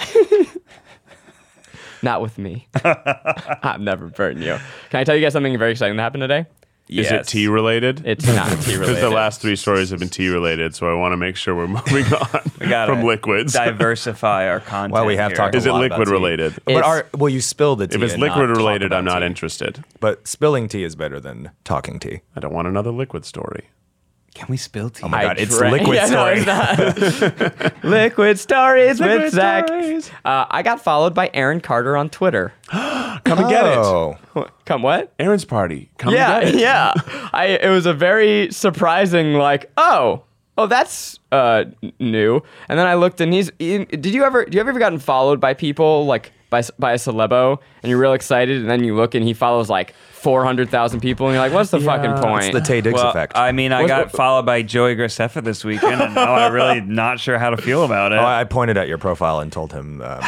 [SPEAKER 4] Not with me.
[SPEAKER 3] <laughs>
[SPEAKER 4] <laughs> I'm never burning you. Can I tell you guys something very exciting that happened today?
[SPEAKER 2] Is it tea related? <laughs>
[SPEAKER 4] It's not
[SPEAKER 3] <laughs>
[SPEAKER 4] tea
[SPEAKER 2] because
[SPEAKER 4] related.
[SPEAKER 2] the last three stories have been tea related, so I want to make sure we're <laughs> moving on
[SPEAKER 3] gotta
[SPEAKER 2] from liquids.
[SPEAKER 3] Diversify our content.
[SPEAKER 5] Well, we have
[SPEAKER 3] here.
[SPEAKER 5] talked
[SPEAKER 2] Is
[SPEAKER 5] a
[SPEAKER 2] it
[SPEAKER 5] lot about
[SPEAKER 2] liquid
[SPEAKER 5] tea.
[SPEAKER 2] related?
[SPEAKER 5] But
[SPEAKER 4] It's-
[SPEAKER 5] are, well, you spill the
[SPEAKER 2] <laughs>
[SPEAKER 5] tea.
[SPEAKER 2] If it's
[SPEAKER 5] and not
[SPEAKER 2] liquid
[SPEAKER 5] talk
[SPEAKER 2] related, I'm
[SPEAKER 5] about
[SPEAKER 2] not
[SPEAKER 5] tea.
[SPEAKER 2] interested.
[SPEAKER 5] But spilling tea is better than talking tea.
[SPEAKER 2] I don't want another liquid story.
[SPEAKER 3] Can we spill tea?
[SPEAKER 5] my
[SPEAKER 4] I
[SPEAKER 5] God, it's
[SPEAKER 4] drank-
[SPEAKER 5] liquid
[SPEAKER 4] it's
[SPEAKER 5] <laughs>
[SPEAKER 4] not. liquid stories with
[SPEAKER 2] Liquid
[SPEAKER 4] Zach.
[SPEAKER 2] stories.
[SPEAKER 4] Uh, I got followed by Aaron Carter on Twitter. <laughs>
[SPEAKER 2] Come and get it.
[SPEAKER 5] oh,
[SPEAKER 4] Come what?
[SPEAKER 2] Aaron's party. Come
[SPEAKER 4] yeah,
[SPEAKER 2] and get it.
[SPEAKER 4] <laughs> yeah. I it was a very surprising like oh oh that's uh n- new. And then I looked and he's in, did you ever do you ever gotten followed by people like by s- by a celebo and you're real excited and then you look and he follows like four hundred thousand people and you're like what's the fucking point?
[SPEAKER 5] it's the Tay Diggs
[SPEAKER 3] Well,
[SPEAKER 5] effect.
[SPEAKER 3] I mean, I
[SPEAKER 4] What's-
[SPEAKER 3] got followed by Joey Graceffa this weekend, and now I'm really not sure how to feel about it.
[SPEAKER 5] Oh, I pointed at your profile and told him um,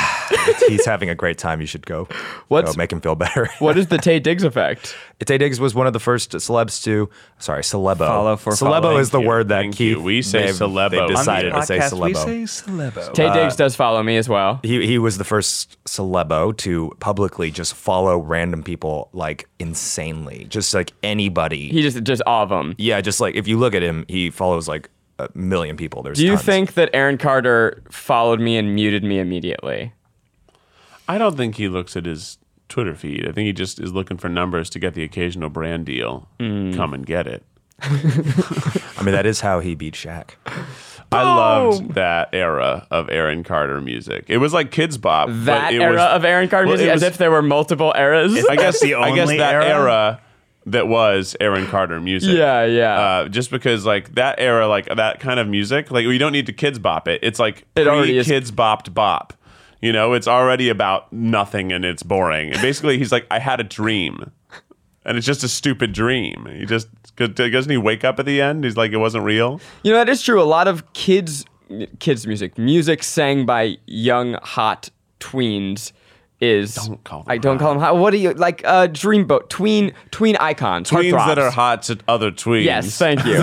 [SPEAKER 5] he's having a great time. You
[SPEAKER 2] <laughs>
[SPEAKER 5] should go.
[SPEAKER 4] What's-
[SPEAKER 5] go make him feel better?
[SPEAKER 4] what is the Tay Diggs
[SPEAKER 5] <laughs>
[SPEAKER 4] effect?
[SPEAKER 5] Tay Diggs was one of the first celebs to. Sorry, celebo.
[SPEAKER 3] Follow for
[SPEAKER 5] celebo
[SPEAKER 3] following.
[SPEAKER 5] is the
[SPEAKER 3] Thank
[SPEAKER 5] word that
[SPEAKER 2] Thank
[SPEAKER 5] Keith.
[SPEAKER 2] you. We say
[SPEAKER 5] they've-
[SPEAKER 2] celebo
[SPEAKER 5] They've
[SPEAKER 2] on the
[SPEAKER 5] decided
[SPEAKER 2] podcast.
[SPEAKER 5] to say celebo.
[SPEAKER 3] celebo.
[SPEAKER 4] Tay Diggs does follow me as well.
[SPEAKER 5] he he was the first celebo to publicly just follow random people like in insanely. Just like anybody.
[SPEAKER 4] He just just all of them.
[SPEAKER 5] yeah, just like if you look at him, he follows like a million people. There's
[SPEAKER 4] Do you
[SPEAKER 5] tons.
[SPEAKER 4] think that Aaron Carter followed me and muted me immediately?
[SPEAKER 2] I don't think he looks at his Twitter feed. I think he just is looking for numbers to get the occasional brand deal. Come and get it.
[SPEAKER 5] I mean, that is how he beat Shaq.
[SPEAKER 2] I loved that era of Aaron Carter music. It was like Kids Bop. but
[SPEAKER 4] That
[SPEAKER 2] it
[SPEAKER 4] era
[SPEAKER 2] was-
[SPEAKER 4] of Aaron Carter
[SPEAKER 2] well,
[SPEAKER 4] music,
[SPEAKER 2] it
[SPEAKER 4] as
[SPEAKER 2] was-
[SPEAKER 4] if there were multiple eras.
[SPEAKER 2] I guess
[SPEAKER 3] the
[SPEAKER 2] I guess
[SPEAKER 3] only
[SPEAKER 2] that
[SPEAKER 3] era?
[SPEAKER 2] era? that was Aaron Carter music.
[SPEAKER 4] <laughs> Yeah, yeah.
[SPEAKER 2] Uh, just because like that era, like that kind of music, like you don't need to kids bop it. It's like
[SPEAKER 4] It already
[SPEAKER 2] pre
[SPEAKER 4] is-
[SPEAKER 2] kids bopped bop. You know, it's already about nothing and it's boring. And basically, he's like, I had a dream, and it's just a stupid dream. He just doesn't he wake up at the end? He's like, it wasn't real.
[SPEAKER 4] You know, that is true. A lot of kids, kids music, music sang by young hot tweens is. Don't
[SPEAKER 2] call them
[SPEAKER 4] I don't call them hot. What do you like? Uh, dreamboat tween tween icons.
[SPEAKER 2] Tweens
[SPEAKER 4] heartthrobs.
[SPEAKER 2] that are hot to other tweens.
[SPEAKER 4] Yes, thank you. <laughs>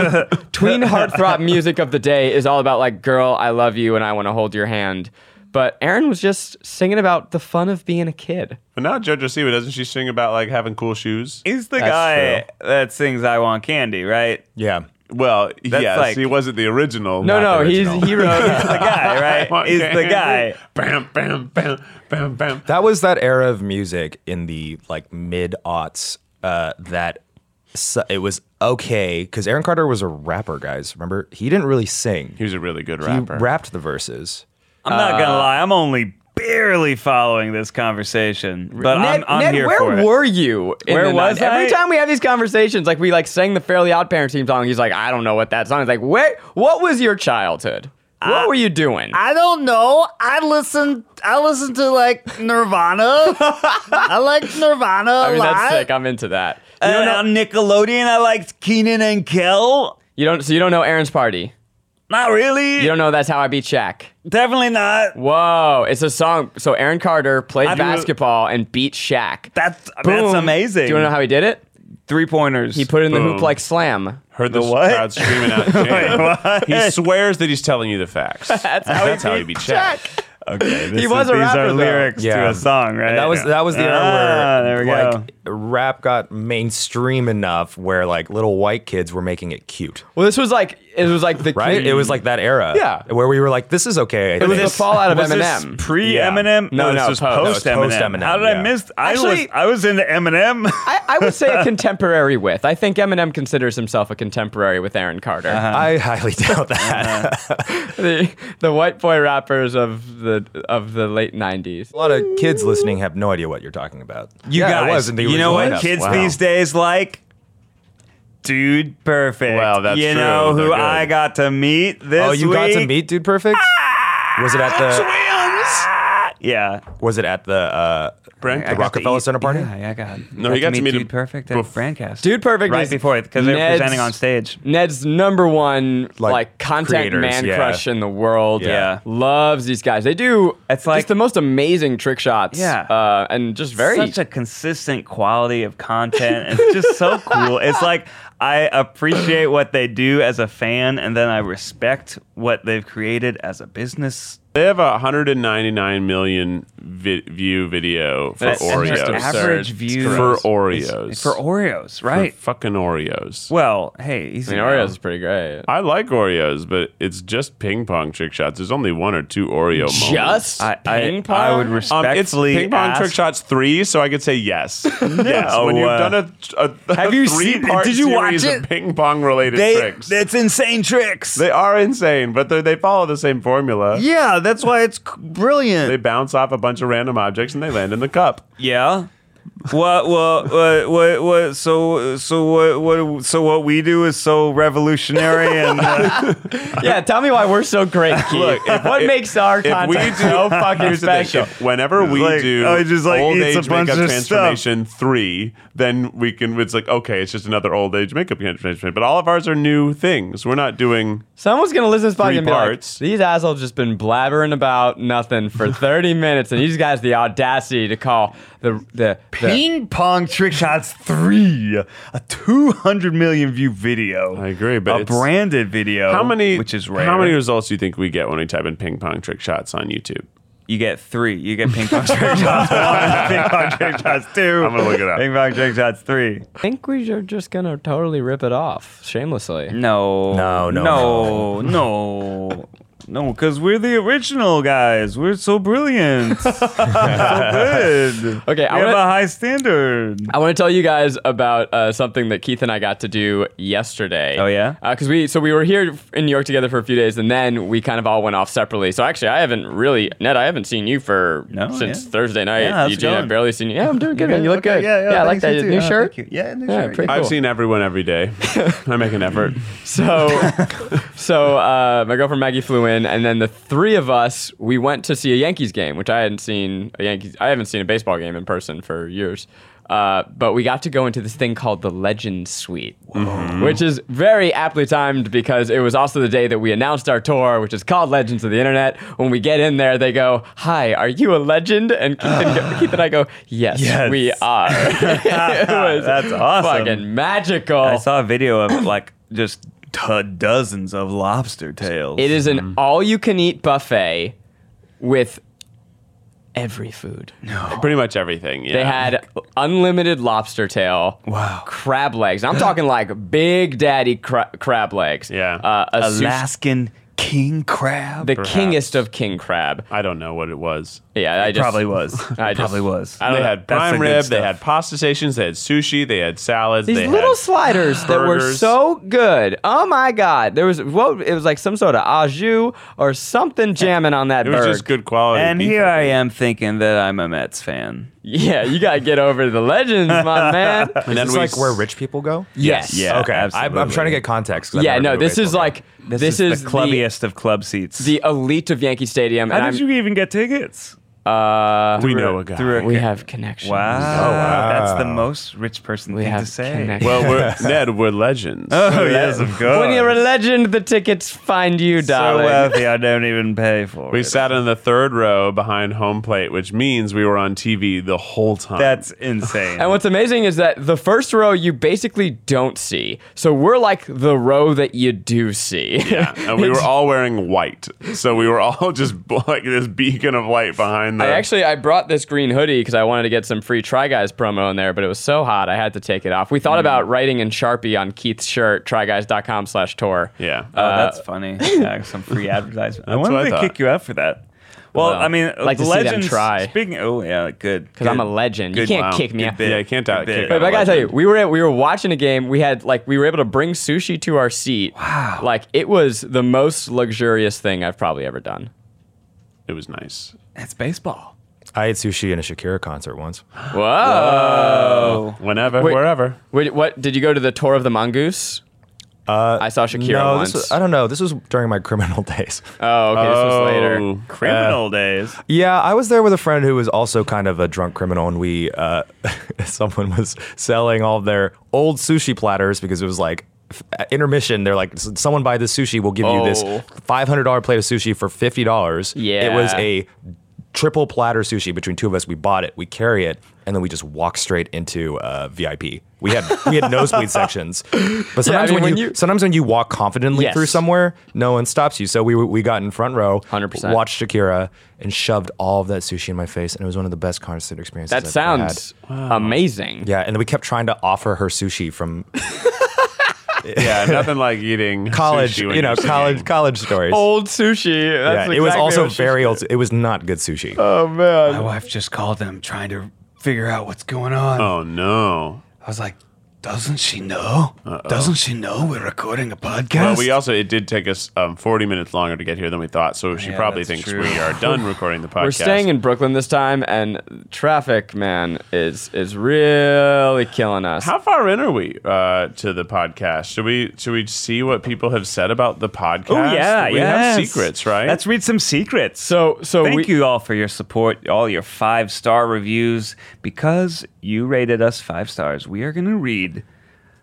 [SPEAKER 4] tween heartthrob music of the day is all about like, girl, I love you and I want to hold your hand. But Aaron was just singing about the fun of being a kid.
[SPEAKER 2] But now JoJo Siwa doesn't she sing about like having cool shoes?
[SPEAKER 3] He's the
[SPEAKER 5] That's
[SPEAKER 3] guy that sings "I Want Candy," right?
[SPEAKER 5] Yeah.
[SPEAKER 2] Well, yes,
[SPEAKER 3] like-
[SPEAKER 2] he wasn't the original.
[SPEAKER 4] No,
[SPEAKER 2] not
[SPEAKER 4] no,
[SPEAKER 2] the
[SPEAKER 4] he's
[SPEAKER 2] original.
[SPEAKER 4] he <laughs> wrote.
[SPEAKER 3] The guy, right? He's the guy.
[SPEAKER 2] <laughs> Bam, bam, bam, bam, bam.
[SPEAKER 5] That was that era of music in the like mid aughts uh, that su- it was okay because Aaron Carter was a rapper, guys. Remember, he didn't really sing.
[SPEAKER 2] He was a really good
[SPEAKER 5] he
[SPEAKER 2] rapper.
[SPEAKER 5] rapped the verses.
[SPEAKER 3] I'm not gonna lie. I'm only barely following this conversation, but I'm,
[SPEAKER 4] Ned,
[SPEAKER 3] I'm
[SPEAKER 4] Ned,
[SPEAKER 3] here
[SPEAKER 4] where
[SPEAKER 3] for it.
[SPEAKER 4] were you? in
[SPEAKER 3] Where
[SPEAKER 4] the
[SPEAKER 3] was
[SPEAKER 4] night? Every
[SPEAKER 3] I?
[SPEAKER 4] time we have these conversations, like we like sang the Fairly Odd Parents theme song. He's like, I don't know what that song is. Like, where? What was your childhood? What were you doing?
[SPEAKER 1] I don't know. I listen. I listen to like Nirvana.
[SPEAKER 3] <laughs>
[SPEAKER 1] I like Nirvana a
[SPEAKER 4] I mean,
[SPEAKER 1] lot.
[SPEAKER 4] that's sick. Uh, I'm into that.
[SPEAKER 3] You know, on Nickelodeon, I liked Keenan and Kel.
[SPEAKER 4] You don't. So you don't know Aaron's party.
[SPEAKER 3] Not really.
[SPEAKER 4] You don't know that's how I beat Shaq.
[SPEAKER 3] Definitely not.
[SPEAKER 4] Whoa, it's a song. So Aaron Carter played
[SPEAKER 3] do-
[SPEAKER 4] basketball and beat Shaq.
[SPEAKER 3] That's I mean, that's
[SPEAKER 4] Boom.
[SPEAKER 3] amazing.
[SPEAKER 4] Do you want to know how he did it?
[SPEAKER 3] three pointers?
[SPEAKER 4] He put it in the hoop
[SPEAKER 2] Boom.
[SPEAKER 4] like slam.
[SPEAKER 2] Heard the,
[SPEAKER 3] what?
[SPEAKER 2] crowd screaming
[SPEAKER 3] <laughs>
[SPEAKER 2] out. Wait, He swears that he's telling you the facts. That's how, he beat Shaq.
[SPEAKER 3] <laughs> okay. This
[SPEAKER 4] He was
[SPEAKER 3] is,
[SPEAKER 4] a
[SPEAKER 3] these
[SPEAKER 4] rapper,
[SPEAKER 3] are
[SPEAKER 4] though.
[SPEAKER 3] lyrics to
[SPEAKER 5] Yeah.
[SPEAKER 3] a song, right?
[SPEAKER 5] That was that was the
[SPEAKER 3] Ah,
[SPEAKER 5] era
[SPEAKER 3] there
[SPEAKER 5] where
[SPEAKER 3] we
[SPEAKER 5] like rap got mainstream enough where like little white kids were making it cute,
[SPEAKER 4] Well, this was like it was like the
[SPEAKER 5] right? It was like that era,
[SPEAKER 4] Yeah.
[SPEAKER 5] where we were like, "This is okay." I
[SPEAKER 4] it
[SPEAKER 5] <laughs>
[SPEAKER 4] was
[SPEAKER 5] think.
[SPEAKER 4] the fallout of
[SPEAKER 3] was
[SPEAKER 4] Eminem.
[SPEAKER 3] This pre Eminem?
[SPEAKER 4] No, no,
[SPEAKER 3] this was
[SPEAKER 4] post. No,
[SPEAKER 3] post
[SPEAKER 5] it's
[SPEAKER 3] Eminem.
[SPEAKER 5] post-Eminem,
[SPEAKER 3] How did I
[SPEAKER 5] yeah.
[SPEAKER 3] miss? I was
[SPEAKER 4] Actually-
[SPEAKER 3] I was into Eminem. <laughs>
[SPEAKER 4] I, I would say a contemporary with. I think Eminem considers himself a contemporary with Aaron Carter.
[SPEAKER 5] I highly <laughs> doubt that.
[SPEAKER 4] <laughs>
[SPEAKER 3] Uh-huh.
[SPEAKER 4] The, the white boy rappers of the of the late '90s.
[SPEAKER 5] A lot of kids listening have no idea what you're talking about. You yeah, it was in the
[SPEAKER 3] you know
[SPEAKER 5] original
[SPEAKER 3] what
[SPEAKER 5] lineup.
[SPEAKER 3] kids
[SPEAKER 5] Wow.
[SPEAKER 3] these days like? Dude Perfect.
[SPEAKER 2] Wow, that's
[SPEAKER 3] You
[SPEAKER 2] true.
[SPEAKER 3] know
[SPEAKER 2] They're
[SPEAKER 3] who
[SPEAKER 2] good.
[SPEAKER 3] I got to meet this
[SPEAKER 5] Oh, you got to
[SPEAKER 3] week?
[SPEAKER 5] meet Dude Perfect. Was it at the
[SPEAKER 3] Ah, Yeah.
[SPEAKER 5] Was it at the uh,
[SPEAKER 2] Brent,
[SPEAKER 5] the Rockefeller Center party?
[SPEAKER 3] e- Yeah, I got.
[SPEAKER 2] No, he got to meet him
[SPEAKER 3] Dude Perfect at
[SPEAKER 2] bef-
[SPEAKER 3] Brandcast.
[SPEAKER 4] Dude Perfect
[SPEAKER 3] right
[SPEAKER 4] is
[SPEAKER 3] before it because they were
[SPEAKER 4] Ned's-
[SPEAKER 3] presenting on stage.
[SPEAKER 4] Ned's number one like,
[SPEAKER 5] Like,
[SPEAKER 4] content
[SPEAKER 5] creators,
[SPEAKER 4] man
[SPEAKER 5] yeah.
[SPEAKER 4] crush in the world.
[SPEAKER 3] Yeah.
[SPEAKER 4] loves these guys. They do.
[SPEAKER 3] It's
[SPEAKER 4] just
[SPEAKER 3] like-
[SPEAKER 4] the most amazing trick shots.
[SPEAKER 3] Yeah.
[SPEAKER 4] uh, and just very.
[SPEAKER 3] such a consistent quality of content. It's just
[SPEAKER 5] <laughs>
[SPEAKER 3] so cool. It's like I appreciate what they do as a fan, and then I respect what they've created as a business.
[SPEAKER 2] They have a 199 million vi- view video for
[SPEAKER 3] That's
[SPEAKER 2] Oreos.
[SPEAKER 3] just average
[SPEAKER 2] It's
[SPEAKER 3] views.
[SPEAKER 2] for
[SPEAKER 3] It's-
[SPEAKER 2] Oreos.
[SPEAKER 3] for Oreos, right?
[SPEAKER 2] For fucking Oreos.
[SPEAKER 3] well, hey, easy.
[SPEAKER 4] I mean,
[SPEAKER 3] now.
[SPEAKER 4] Oreos is pretty great.
[SPEAKER 2] I like Oreos, but it's just ping pong trick shots. There's only one or two Oreo moments.
[SPEAKER 4] Just
[SPEAKER 3] I,
[SPEAKER 4] ping
[SPEAKER 3] I,
[SPEAKER 4] pong.
[SPEAKER 3] I would
[SPEAKER 2] Um, it's
[SPEAKER 3] respectfully
[SPEAKER 2] ping pong
[SPEAKER 3] ask,
[SPEAKER 2] trick shots three, so I could say
[SPEAKER 3] <laughs>
[SPEAKER 2] yes. yes, when you've
[SPEAKER 3] uh,
[SPEAKER 2] done a, a, a
[SPEAKER 3] have you
[SPEAKER 2] three
[SPEAKER 3] seen-
[SPEAKER 2] part
[SPEAKER 3] did you
[SPEAKER 2] series
[SPEAKER 3] watch
[SPEAKER 2] of
[SPEAKER 3] it?
[SPEAKER 2] ping pong related
[SPEAKER 3] They,
[SPEAKER 2] tricks?
[SPEAKER 3] that's insane tricks.
[SPEAKER 2] They are insane, but they they follow the same formula.
[SPEAKER 3] yeah, that's why it's c- brilliant.
[SPEAKER 2] They bounce off a bunch of random objects and they land in the cup.
[SPEAKER 3] Yeah. what, what, what, what, what, so, uh, so, what, what, so, what we do is so revolutionary and
[SPEAKER 2] <laughs>
[SPEAKER 3] uh,
[SPEAKER 4] yeah, tell me why we're so great, Keith.
[SPEAKER 2] Look, if-
[SPEAKER 4] what
[SPEAKER 2] if-
[SPEAKER 4] makes our
[SPEAKER 2] If
[SPEAKER 4] content
[SPEAKER 2] we do <laughs>
[SPEAKER 4] so fucking
[SPEAKER 2] here's the thing.
[SPEAKER 4] special?
[SPEAKER 2] If whenever we
[SPEAKER 3] like-
[SPEAKER 2] do
[SPEAKER 3] oh, he just, like,
[SPEAKER 2] old
[SPEAKER 3] eats
[SPEAKER 2] age
[SPEAKER 3] a bunch
[SPEAKER 2] makeup
[SPEAKER 3] of
[SPEAKER 2] transformation three, then we can. It's like okay, it's just another old age makeup transformation. But all of ours are new things. We're not doing.
[SPEAKER 4] Someone's gonna listen to this podcast
[SPEAKER 2] Three
[SPEAKER 4] and be like,
[SPEAKER 2] parts.
[SPEAKER 4] "These assholes just been blabbering about nothing for 30 minutes, and these guys the audacity to call the the, the
[SPEAKER 3] ping pong trick shots three, a 200 million view video.
[SPEAKER 2] I agree, but
[SPEAKER 3] a
[SPEAKER 2] it's-
[SPEAKER 3] branded video.
[SPEAKER 2] How many?
[SPEAKER 3] Which is rare.
[SPEAKER 2] How many results do you think we get when we type in ping pong trick shots on YouTube?
[SPEAKER 3] you get three. You get ping <laughs> pong trick shots one, ping pong trick shots 2
[SPEAKER 2] I'm gonna look it up.
[SPEAKER 3] Ping pong trick shots three.
[SPEAKER 4] I think we are just gonna totally rip it off
[SPEAKER 3] Mm.
[SPEAKER 4] shamelessly.
[SPEAKER 3] No.
[SPEAKER 5] No, no,
[SPEAKER 3] No, no. No, because we're the original guys. We're so <laughs> brilliant. so good.
[SPEAKER 4] Okay,
[SPEAKER 3] we
[SPEAKER 4] I
[SPEAKER 3] have
[SPEAKER 4] wanna-
[SPEAKER 3] a high standard.
[SPEAKER 4] I want to tell you guys about uh, something that Keith and I got to do yesterday.
[SPEAKER 3] Oh, yeah?
[SPEAKER 4] because we so we were here in New York together for a few days, and then we kind of all went off separately. So actually, I haven't really, Ned, I haven't seen you for
[SPEAKER 3] No,
[SPEAKER 4] since
[SPEAKER 3] yeah.
[SPEAKER 4] Thursday night.
[SPEAKER 3] Yeah, how's it
[SPEAKER 4] Eugene, I've
[SPEAKER 3] going?
[SPEAKER 4] barely seen you. Yeah, I'm doing good. man. You look
[SPEAKER 3] Okay,
[SPEAKER 4] good.
[SPEAKER 3] yeah, yeah,
[SPEAKER 4] I like
[SPEAKER 3] thanks,
[SPEAKER 4] that
[SPEAKER 3] you too.
[SPEAKER 4] new
[SPEAKER 3] Oh,
[SPEAKER 4] shirt.
[SPEAKER 3] thank you. Yeah, new
[SPEAKER 4] yeah,
[SPEAKER 3] shirt, <laughs>
[SPEAKER 4] pretty
[SPEAKER 2] I've
[SPEAKER 4] cool.
[SPEAKER 2] seen everyone every day. I make an effort.
[SPEAKER 4] So, <laughs> so uh, my girlfriend Maggie flew in, and then the three of us we went to see a Yankees game, which I hadn't seen a Yankees. I haven't seen a baseball game in person for years. Uh, but we got to go into this thing called the Legend Suite, which is very aptly timed because it was also the day that we announced our tour, which is called Legends of the Internet. When we get in there, they go, "Hi, are you a legend?" And Keith, and, Keith and I go, "Yes,
[SPEAKER 3] Yes.
[SPEAKER 4] we are." <laughs> It was
[SPEAKER 3] <laughs> That's awesome.
[SPEAKER 4] Fucking magical.
[SPEAKER 3] I saw a video of like just t- dozens of lobster tails.
[SPEAKER 4] It is
[SPEAKER 2] Mm-hmm.
[SPEAKER 4] an all you can eat buffet with every food.
[SPEAKER 2] Pretty much everything. Yeah.
[SPEAKER 4] They had unlimited lobster tail.
[SPEAKER 3] Wow.
[SPEAKER 4] Crab legs. I'm talking like big daddy cra- crab legs.
[SPEAKER 2] Yeah.
[SPEAKER 4] Uh, a sushi-
[SPEAKER 3] Alaskan king crab.
[SPEAKER 4] the
[SPEAKER 2] Perhaps.
[SPEAKER 4] kingest of king crab.
[SPEAKER 2] I don't know what it was.
[SPEAKER 4] Yeah, I just
[SPEAKER 3] probably was.
[SPEAKER 4] <laughs> I just-
[SPEAKER 3] probably was.
[SPEAKER 4] I don't
[SPEAKER 2] They
[SPEAKER 4] know.
[SPEAKER 2] had
[SPEAKER 3] That's the
[SPEAKER 2] prime
[SPEAKER 3] good
[SPEAKER 2] rib. They
[SPEAKER 3] stuff.
[SPEAKER 2] had pasta stations. They had sushi. They had salads.
[SPEAKER 4] These
[SPEAKER 2] they
[SPEAKER 4] little
[SPEAKER 2] had
[SPEAKER 4] sliders that were
[SPEAKER 2] burgers.
[SPEAKER 4] so good. Oh my god! There was what it was like some sort of au jus
[SPEAKER 2] <laughs>
[SPEAKER 4] or something jamming on that
[SPEAKER 2] It was
[SPEAKER 4] bird.
[SPEAKER 2] just good quality.
[SPEAKER 3] and
[SPEAKER 2] beef.
[SPEAKER 3] here I am thinking that I'm a Mets fan.
[SPEAKER 4] Yeah, you gotta get over to the legends,
[SPEAKER 2] <laughs>
[SPEAKER 4] my man.
[SPEAKER 2] And then
[SPEAKER 5] It's
[SPEAKER 2] we
[SPEAKER 5] like where
[SPEAKER 2] s-
[SPEAKER 5] rich people go.
[SPEAKER 4] yes.
[SPEAKER 3] Yeah.
[SPEAKER 5] okay, I'm- I'm,
[SPEAKER 3] absolutely.
[SPEAKER 5] trying to get context. 'cause I've
[SPEAKER 4] Yeah,
[SPEAKER 5] never
[SPEAKER 4] no,
[SPEAKER 5] been to a
[SPEAKER 4] this is
[SPEAKER 5] baseball
[SPEAKER 4] like this, is,
[SPEAKER 3] the
[SPEAKER 4] the,
[SPEAKER 3] clubbiest of club seats.
[SPEAKER 4] the elite of Yankee Stadium.
[SPEAKER 3] How
[SPEAKER 4] and
[SPEAKER 3] did you even get tickets?
[SPEAKER 4] I'm, uh,
[SPEAKER 2] we know a guy.
[SPEAKER 3] through a-
[SPEAKER 4] we have connections.
[SPEAKER 3] Wow,
[SPEAKER 5] wow.
[SPEAKER 3] that's the most rich person
[SPEAKER 4] We
[SPEAKER 3] thing
[SPEAKER 4] have
[SPEAKER 3] to <laughs> say.
[SPEAKER 2] <laughs>
[SPEAKER 4] connections.
[SPEAKER 2] well, we're, Ned, we're legends.
[SPEAKER 3] Oh yes, of course.
[SPEAKER 4] When you're a legend, the tickets find you,
[SPEAKER 3] so uh,
[SPEAKER 4] darling.
[SPEAKER 3] wealthy, I don't even pay for
[SPEAKER 2] we
[SPEAKER 3] it.
[SPEAKER 2] sat in the third row behind home plate, which means we were on TV the whole time.
[SPEAKER 3] That's insane.
[SPEAKER 4] and what's amazing is that the first row you basically don't see. So we're like the row that you do see.
[SPEAKER 2] yeah, and
[SPEAKER 3] <laughs>
[SPEAKER 2] we were all wearing white, so we were all <laughs> just like this beacon of light behind the.
[SPEAKER 4] <laughs>
[SPEAKER 3] Uh,
[SPEAKER 4] I actually I brought this green hoodie because I wanted to get some free Try Guys promo in there, but it was so hot I had to take it off. We
[SPEAKER 3] Mm.
[SPEAKER 4] thought about writing in Sharpie on Keith's shirt, tryguys.com slash tour.
[SPEAKER 2] yeah,
[SPEAKER 3] Oh, that's <laughs> funny. Yeah, some free advertisement. I
[SPEAKER 2] That's
[SPEAKER 3] wonder
[SPEAKER 2] what
[SPEAKER 3] if
[SPEAKER 2] I
[SPEAKER 3] they
[SPEAKER 2] thought.
[SPEAKER 3] kick you out for that. Well,
[SPEAKER 4] Well,
[SPEAKER 3] I mean,
[SPEAKER 4] I'd like to see them
[SPEAKER 3] legends,
[SPEAKER 4] try.
[SPEAKER 3] Speaking, oh yeah, good.
[SPEAKER 4] Because I'm a
[SPEAKER 3] good.
[SPEAKER 4] legend. You
[SPEAKER 3] Good-
[SPEAKER 4] can't
[SPEAKER 2] wow.
[SPEAKER 4] kick me
[SPEAKER 3] Good
[SPEAKER 4] out.
[SPEAKER 3] bit,
[SPEAKER 2] Yeah, you can't
[SPEAKER 3] good
[SPEAKER 2] out-
[SPEAKER 3] bit.
[SPEAKER 2] kick
[SPEAKER 4] Wait,
[SPEAKER 2] out
[SPEAKER 4] but I gotta
[SPEAKER 2] Legend.
[SPEAKER 4] tell you, we were we were watching a game. We had like we were able to bring sushi to our seat. Wow! Like it was the most luxurious thing I've probably ever done.
[SPEAKER 2] it was nice.
[SPEAKER 3] That's baseball.
[SPEAKER 5] I ate sushi in a Shakira concert once.
[SPEAKER 4] Whoa!
[SPEAKER 3] Oh.
[SPEAKER 2] Whenever,
[SPEAKER 4] Wait.
[SPEAKER 2] wherever.
[SPEAKER 4] Wait, what did you go to the tour of the mongoose? Uh, I saw Shakira
[SPEAKER 5] no,
[SPEAKER 4] once.
[SPEAKER 5] this was, I don't know. This was during my criminal <laughs> days.
[SPEAKER 4] oh, okay, this was later.
[SPEAKER 2] Oh.
[SPEAKER 3] Criminal days.
[SPEAKER 5] Yeah, I was there with a friend who was also kind of a drunk criminal, and we uh, <laughs> someone was selling all their old sushi platters because it was like f- at intermission. They're like, "S- someone buy this sushi, we'll give you this
[SPEAKER 4] Oh.
[SPEAKER 5] five hundred dollar plate of sushi for fifty dollars. it was
[SPEAKER 4] Yeah.
[SPEAKER 5] a triple platter sushi between two of us. We bought it, we carry it, and then we just walk straight into uh, VIP. We had we had
[SPEAKER 4] <laughs>
[SPEAKER 5] nosebleed sections, but sometimes
[SPEAKER 4] mean,
[SPEAKER 5] when,
[SPEAKER 4] when
[SPEAKER 5] you,
[SPEAKER 4] you-
[SPEAKER 5] sometimes when you walk confidently
[SPEAKER 4] Yes.
[SPEAKER 5] through somewhere, no one stops you. So we we got in front row,
[SPEAKER 4] 100%.
[SPEAKER 5] watched watched Shakira and shoved all of that sushi in my face, and it was one of the best concert experiences.
[SPEAKER 4] That
[SPEAKER 5] I've
[SPEAKER 4] sounds
[SPEAKER 5] Ever
[SPEAKER 4] amazing.
[SPEAKER 5] had. Yeah, and we kept trying to offer her
[SPEAKER 4] <laughs>
[SPEAKER 5] sushi from
[SPEAKER 2] Yeah, nothing like eating
[SPEAKER 5] college,
[SPEAKER 2] sushi when
[SPEAKER 5] you know,
[SPEAKER 2] you're
[SPEAKER 5] college
[SPEAKER 2] singing.
[SPEAKER 5] college stories.
[SPEAKER 4] Old sushi.
[SPEAKER 5] yeah,
[SPEAKER 4] Oh, That's
[SPEAKER 5] it was
[SPEAKER 4] exactly
[SPEAKER 5] also
[SPEAKER 4] what she- Oh.
[SPEAKER 5] very old. It was not good sushi.
[SPEAKER 3] My wife just called them trying to figure out what's going on.
[SPEAKER 2] Oh no.
[SPEAKER 3] I was like, doesn't she know? Doesn't she know we're recording a podcast?
[SPEAKER 2] Well, we also it did take us um, 40 minutes longer to get here than we thought, so she
[SPEAKER 3] Yeah,
[SPEAKER 2] probably
[SPEAKER 3] that's
[SPEAKER 2] thinks
[SPEAKER 3] true.
[SPEAKER 2] we are done recording the podcast.
[SPEAKER 4] We're staying in Brooklyn this time, and traffic, man, is is really killing us.
[SPEAKER 2] How far in are we uh, to the podcast? Should we should we see what people have said about the podcast?
[SPEAKER 3] oh yeah,
[SPEAKER 2] we have
[SPEAKER 3] yes.
[SPEAKER 2] secrets, right?
[SPEAKER 3] Let's read some secrets.
[SPEAKER 4] so so
[SPEAKER 3] Thank
[SPEAKER 4] we,
[SPEAKER 3] you all for your support, all your five star reviews. Because you rated us five stars, we are going to read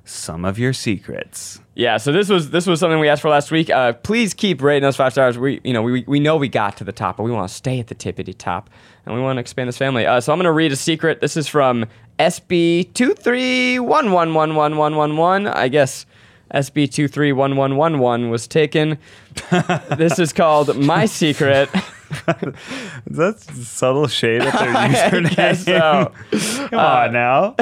[SPEAKER 3] some of your secrets.
[SPEAKER 4] Yeah, so this was this was something we asked for last week. Uh, please keep rating us five stars. We you know we, we know we got to the top, but we want to stay at the tippity top, and we want to expand this family. Uh, so I'm gonna read a secret. This is from SB two three one one one one one one one. I guess SB two three one one one one was taken. this is called my secret.
[SPEAKER 3] Is that subtle shade at <laughs> their username?
[SPEAKER 4] guess so.
[SPEAKER 3] Come on now.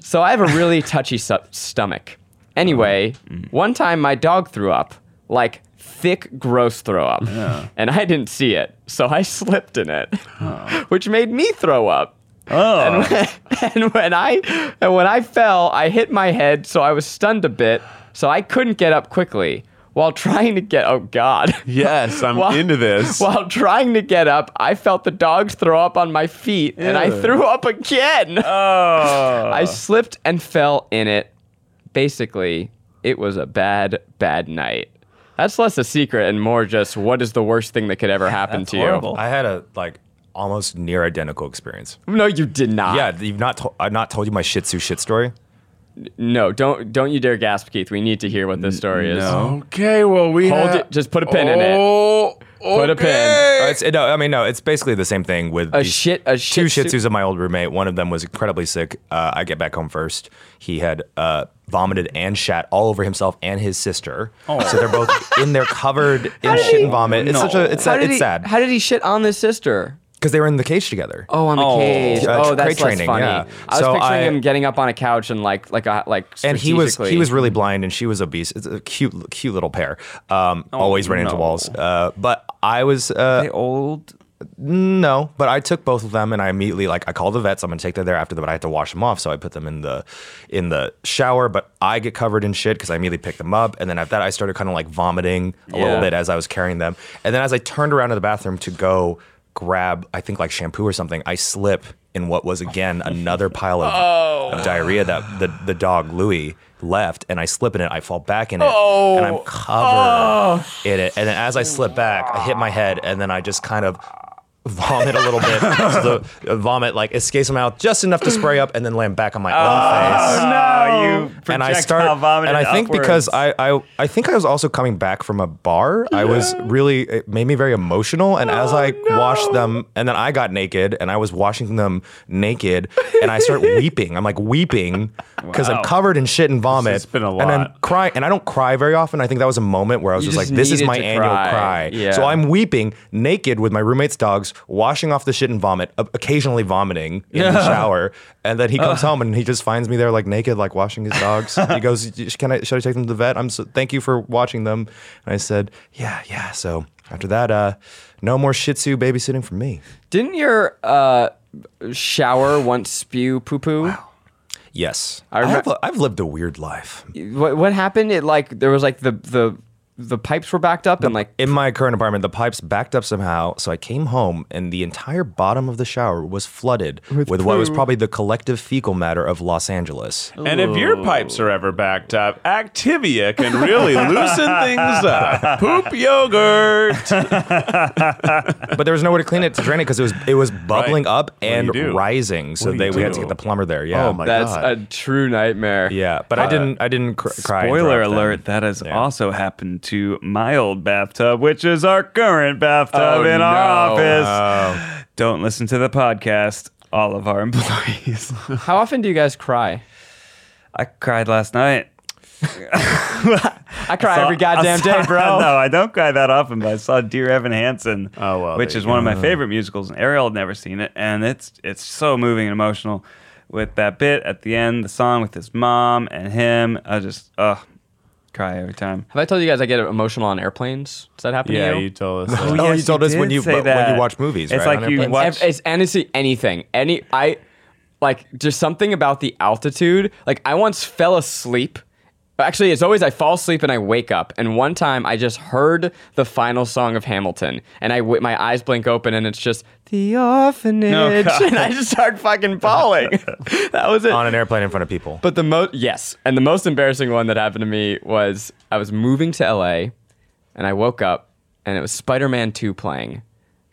[SPEAKER 4] So I have a really <laughs> touchy su- stomach. Anyway, one time my dog threw up, like thick, gross throw up, and I didn't see it, so I slipped in it, <laughs> which made me throw up. <laughs>
[SPEAKER 3] Oh, <laughs>
[SPEAKER 4] and when I and when I fell, I hit my head, so I was stunned a bit, so I couldn't get up quickly. While trying to get oh god.
[SPEAKER 2] Yes, I'm
[SPEAKER 4] While-
[SPEAKER 2] into this.
[SPEAKER 4] <laughs> While trying to get up, I felt the dogs throw up on my feet and I threw up again. <laughs>
[SPEAKER 3] oh.
[SPEAKER 4] I slipped and fell in it. Basically, it was a bad, bad night. That's less a secret and more just what is the worst thing that could ever happen to
[SPEAKER 3] horrible.
[SPEAKER 5] I had a like almost near identical experience.
[SPEAKER 4] you. No, you did not.
[SPEAKER 5] Yeah, you've not to- I've not told you my Shih Tzu shit story.
[SPEAKER 4] No, don't don't you dare gasp, Keith. We need to hear what this story is.
[SPEAKER 2] okay, well we
[SPEAKER 4] Hold
[SPEAKER 2] ha-
[SPEAKER 4] it. Just put a pin in it.
[SPEAKER 2] Oh,
[SPEAKER 4] Put a pin.
[SPEAKER 2] okay.
[SPEAKER 5] Uh, It's, no, I mean no. It's basically the same thing with
[SPEAKER 4] Eh. A
[SPEAKER 5] these
[SPEAKER 4] shit, a shit.
[SPEAKER 5] two Shih Tzus of my old roommate. One of them was incredibly sick. Uh, I get back home first. He had uh, vomited and shat all over himself and his sister.
[SPEAKER 4] Oh.
[SPEAKER 5] So
[SPEAKER 4] <laughs>
[SPEAKER 5] they're both in there covered in shit and vomit. It's such a it's, sad.
[SPEAKER 4] did
[SPEAKER 5] it's
[SPEAKER 4] he,
[SPEAKER 5] sad
[SPEAKER 4] How did he shit on this sister?
[SPEAKER 5] because they were in the cage together.
[SPEAKER 4] Oh, on the
[SPEAKER 3] Oh.
[SPEAKER 4] cage.
[SPEAKER 5] Uh,
[SPEAKER 4] oh,
[SPEAKER 5] tr-
[SPEAKER 4] that's
[SPEAKER 5] crate
[SPEAKER 4] less
[SPEAKER 5] training,
[SPEAKER 4] funny.
[SPEAKER 5] yeah.
[SPEAKER 4] I was
[SPEAKER 5] So
[SPEAKER 4] picturing
[SPEAKER 5] I-
[SPEAKER 4] him getting up on a couch and like like a like.
[SPEAKER 5] and he was he
[SPEAKER 4] strategically-
[SPEAKER 5] was really blind, and she was obese. It's a cute cute little pair. Um,
[SPEAKER 4] Oh,
[SPEAKER 5] always ran into
[SPEAKER 3] no.
[SPEAKER 5] walls. Uh, but I was uh,
[SPEAKER 3] They old.
[SPEAKER 5] No, but I took both of them and I immediately like I called the vets. I'm gonna take them there after, but I had to wash them off, so I put them in the in the shower. But I get covered in shit because I immediately picked them up, and then after that I started kind of like vomiting a
[SPEAKER 4] Yeah.
[SPEAKER 5] little bit as I was carrying them, and then as I turned around to the bathroom to go grab I think like shampoo or something, I slip in what was again another pile of, of diarrhea that the the dog Louis left, and I slip in it. I fall back in it, and I'm covered in it. And then as I slip back, I hit my head, and then I just kind of vomit a little bit. so the vomit like escapes my mouth just enough to spray up and then land back on my own face.
[SPEAKER 3] No, you
[SPEAKER 5] And I
[SPEAKER 3] projectile
[SPEAKER 5] start,
[SPEAKER 3] vomited
[SPEAKER 5] and I think
[SPEAKER 3] upwards.
[SPEAKER 5] because I, I, I think I was also coming back from a bar. I was really, it made me very emotional. And as I washed them, and then I got naked, and I was washing them naked, and I start weeping. I'm like weeping because
[SPEAKER 3] Wow.
[SPEAKER 5] I'm covered in shit and vomit,
[SPEAKER 2] has been a
[SPEAKER 5] and I'm
[SPEAKER 2] lot.
[SPEAKER 5] crying. And I don't cry very often. I think that was a moment where I was
[SPEAKER 4] You
[SPEAKER 5] just
[SPEAKER 4] just
[SPEAKER 5] like, this is
[SPEAKER 4] needed
[SPEAKER 5] my
[SPEAKER 4] to
[SPEAKER 5] annual
[SPEAKER 4] cry.
[SPEAKER 5] cry.
[SPEAKER 4] Yeah.
[SPEAKER 5] So I'm weeping naked with my roommate's dogs, washing off the shit and vomit, o- occasionally vomiting in
[SPEAKER 4] <laughs>
[SPEAKER 5] the shower. And then he comes
[SPEAKER 4] Uh.
[SPEAKER 5] home and he just finds me there, like naked, like washing his dogs. he goes, "Can I? Should I take them to the vet? I'm so thank you for watching them." And I said, "Yeah, yeah." So after that, uh, no more Shih Tzu babysitting for me.
[SPEAKER 4] Didn't your uh, shower once spew poo poo?
[SPEAKER 5] Yes,
[SPEAKER 4] I
[SPEAKER 5] I
[SPEAKER 4] remem-
[SPEAKER 5] have, I've lived a weird life.
[SPEAKER 4] What what happened? It like there was like the the the pipes were backed up and like
[SPEAKER 5] In my current apartment, the pipes backed up somehow, so I came home and the entire bottom of the shower was flooded with, what was probably the collective fecal matter of Los Angeles.
[SPEAKER 2] And if your pipes are ever backed up, Activia can really loosen things up. Poop yogurt.
[SPEAKER 5] But there was nowhere to clean it to drain it because it was it was bubbling
[SPEAKER 2] Right.
[SPEAKER 5] up
[SPEAKER 2] do
[SPEAKER 5] and
[SPEAKER 2] you do?
[SPEAKER 5] rising, so
[SPEAKER 2] do
[SPEAKER 5] they
[SPEAKER 2] you
[SPEAKER 5] we had
[SPEAKER 2] do?
[SPEAKER 5] to get the plumber there. Yeah,
[SPEAKER 2] Oh my
[SPEAKER 4] that's
[SPEAKER 2] God.
[SPEAKER 4] a true nightmare.
[SPEAKER 5] yeah. But I didn't I didn't cr- cry. and
[SPEAKER 3] Uh, Spoiler
[SPEAKER 5] throw up then.
[SPEAKER 3] alert, that has also happened to my old bathtub, which is our current bathtub
[SPEAKER 4] Oh,
[SPEAKER 3] in our
[SPEAKER 4] no.
[SPEAKER 3] office. Don't listen to the podcast, all of our employees. <laughs>
[SPEAKER 4] How often do you guys cry?
[SPEAKER 3] I cried last night.
[SPEAKER 4] I cry
[SPEAKER 3] Saw-
[SPEAKER 4] every
[SPEAKER 3] I
[SPEAKER 5] <laughs>
[SPEAKER 4] goddamn
[SPEAKER 3] saw-
[SPEAKER 4] day, bro.
[SPEAKER 3] <laughs> No, I don't cry that often, but I saw Dear Evan Hansen,
[SPEAKER 2] Oh, well,
[SPEAKER 3] which
[SPEAKER 2] there
[SPEAKER 3] is
[SPEAKER 2] you
[SPEAKER 3] one of my favorite musicals, and Ariel had never seen it, and it's it's so moving and emotional with that bit at the end, the song with his mom and him. I just uh cry every time.
[SPEAKER 4] Have I told you guys I get emotional on airplanes? Does that happen
[SPEAKER 2] yeah,
[SPEAKER 4] to you?
[SPEAKER 2] you told us. that.
[SPEAKER 5] Oh, you told us when
[SPEAKER 3] did
[SPEAKER 5] you-
[SPEAKER 3] say
[SPEAKER 5] when you
[SPEAKER 3] that.
[SPEAKER 5] watch movies,
[SPEAKER 3] It's
[SPEAKER 5] right,
[SPEAKER 3] like
[SPEAKER 5] on
[SPEAKER 3] you
[SPEAKER 5] airplanes?
[SPEAKER 3] watch. <laughs>
[SPEAKER 4] It's, ev- it's honestly anything. Any I like just something about the altitude. Like I once fell asleep. Actually, it's always I fall asleep and I wake up. And one time I just heard the final song of Hamilton, and I w- my eyes blink open, and it's just the orphanage,
[SPEAKER 3] Oh, God.
[SPEAKER 4] <laughs> and I just start fucking bawling. <laughs> that was it.
[SPEAKER 5] on an airplane in front of people.
[SPEAKER 4] But the most yes, and the most embarrassing one that happened to me was I was moving to LA, and I woke up and it was Spider Man Two playing,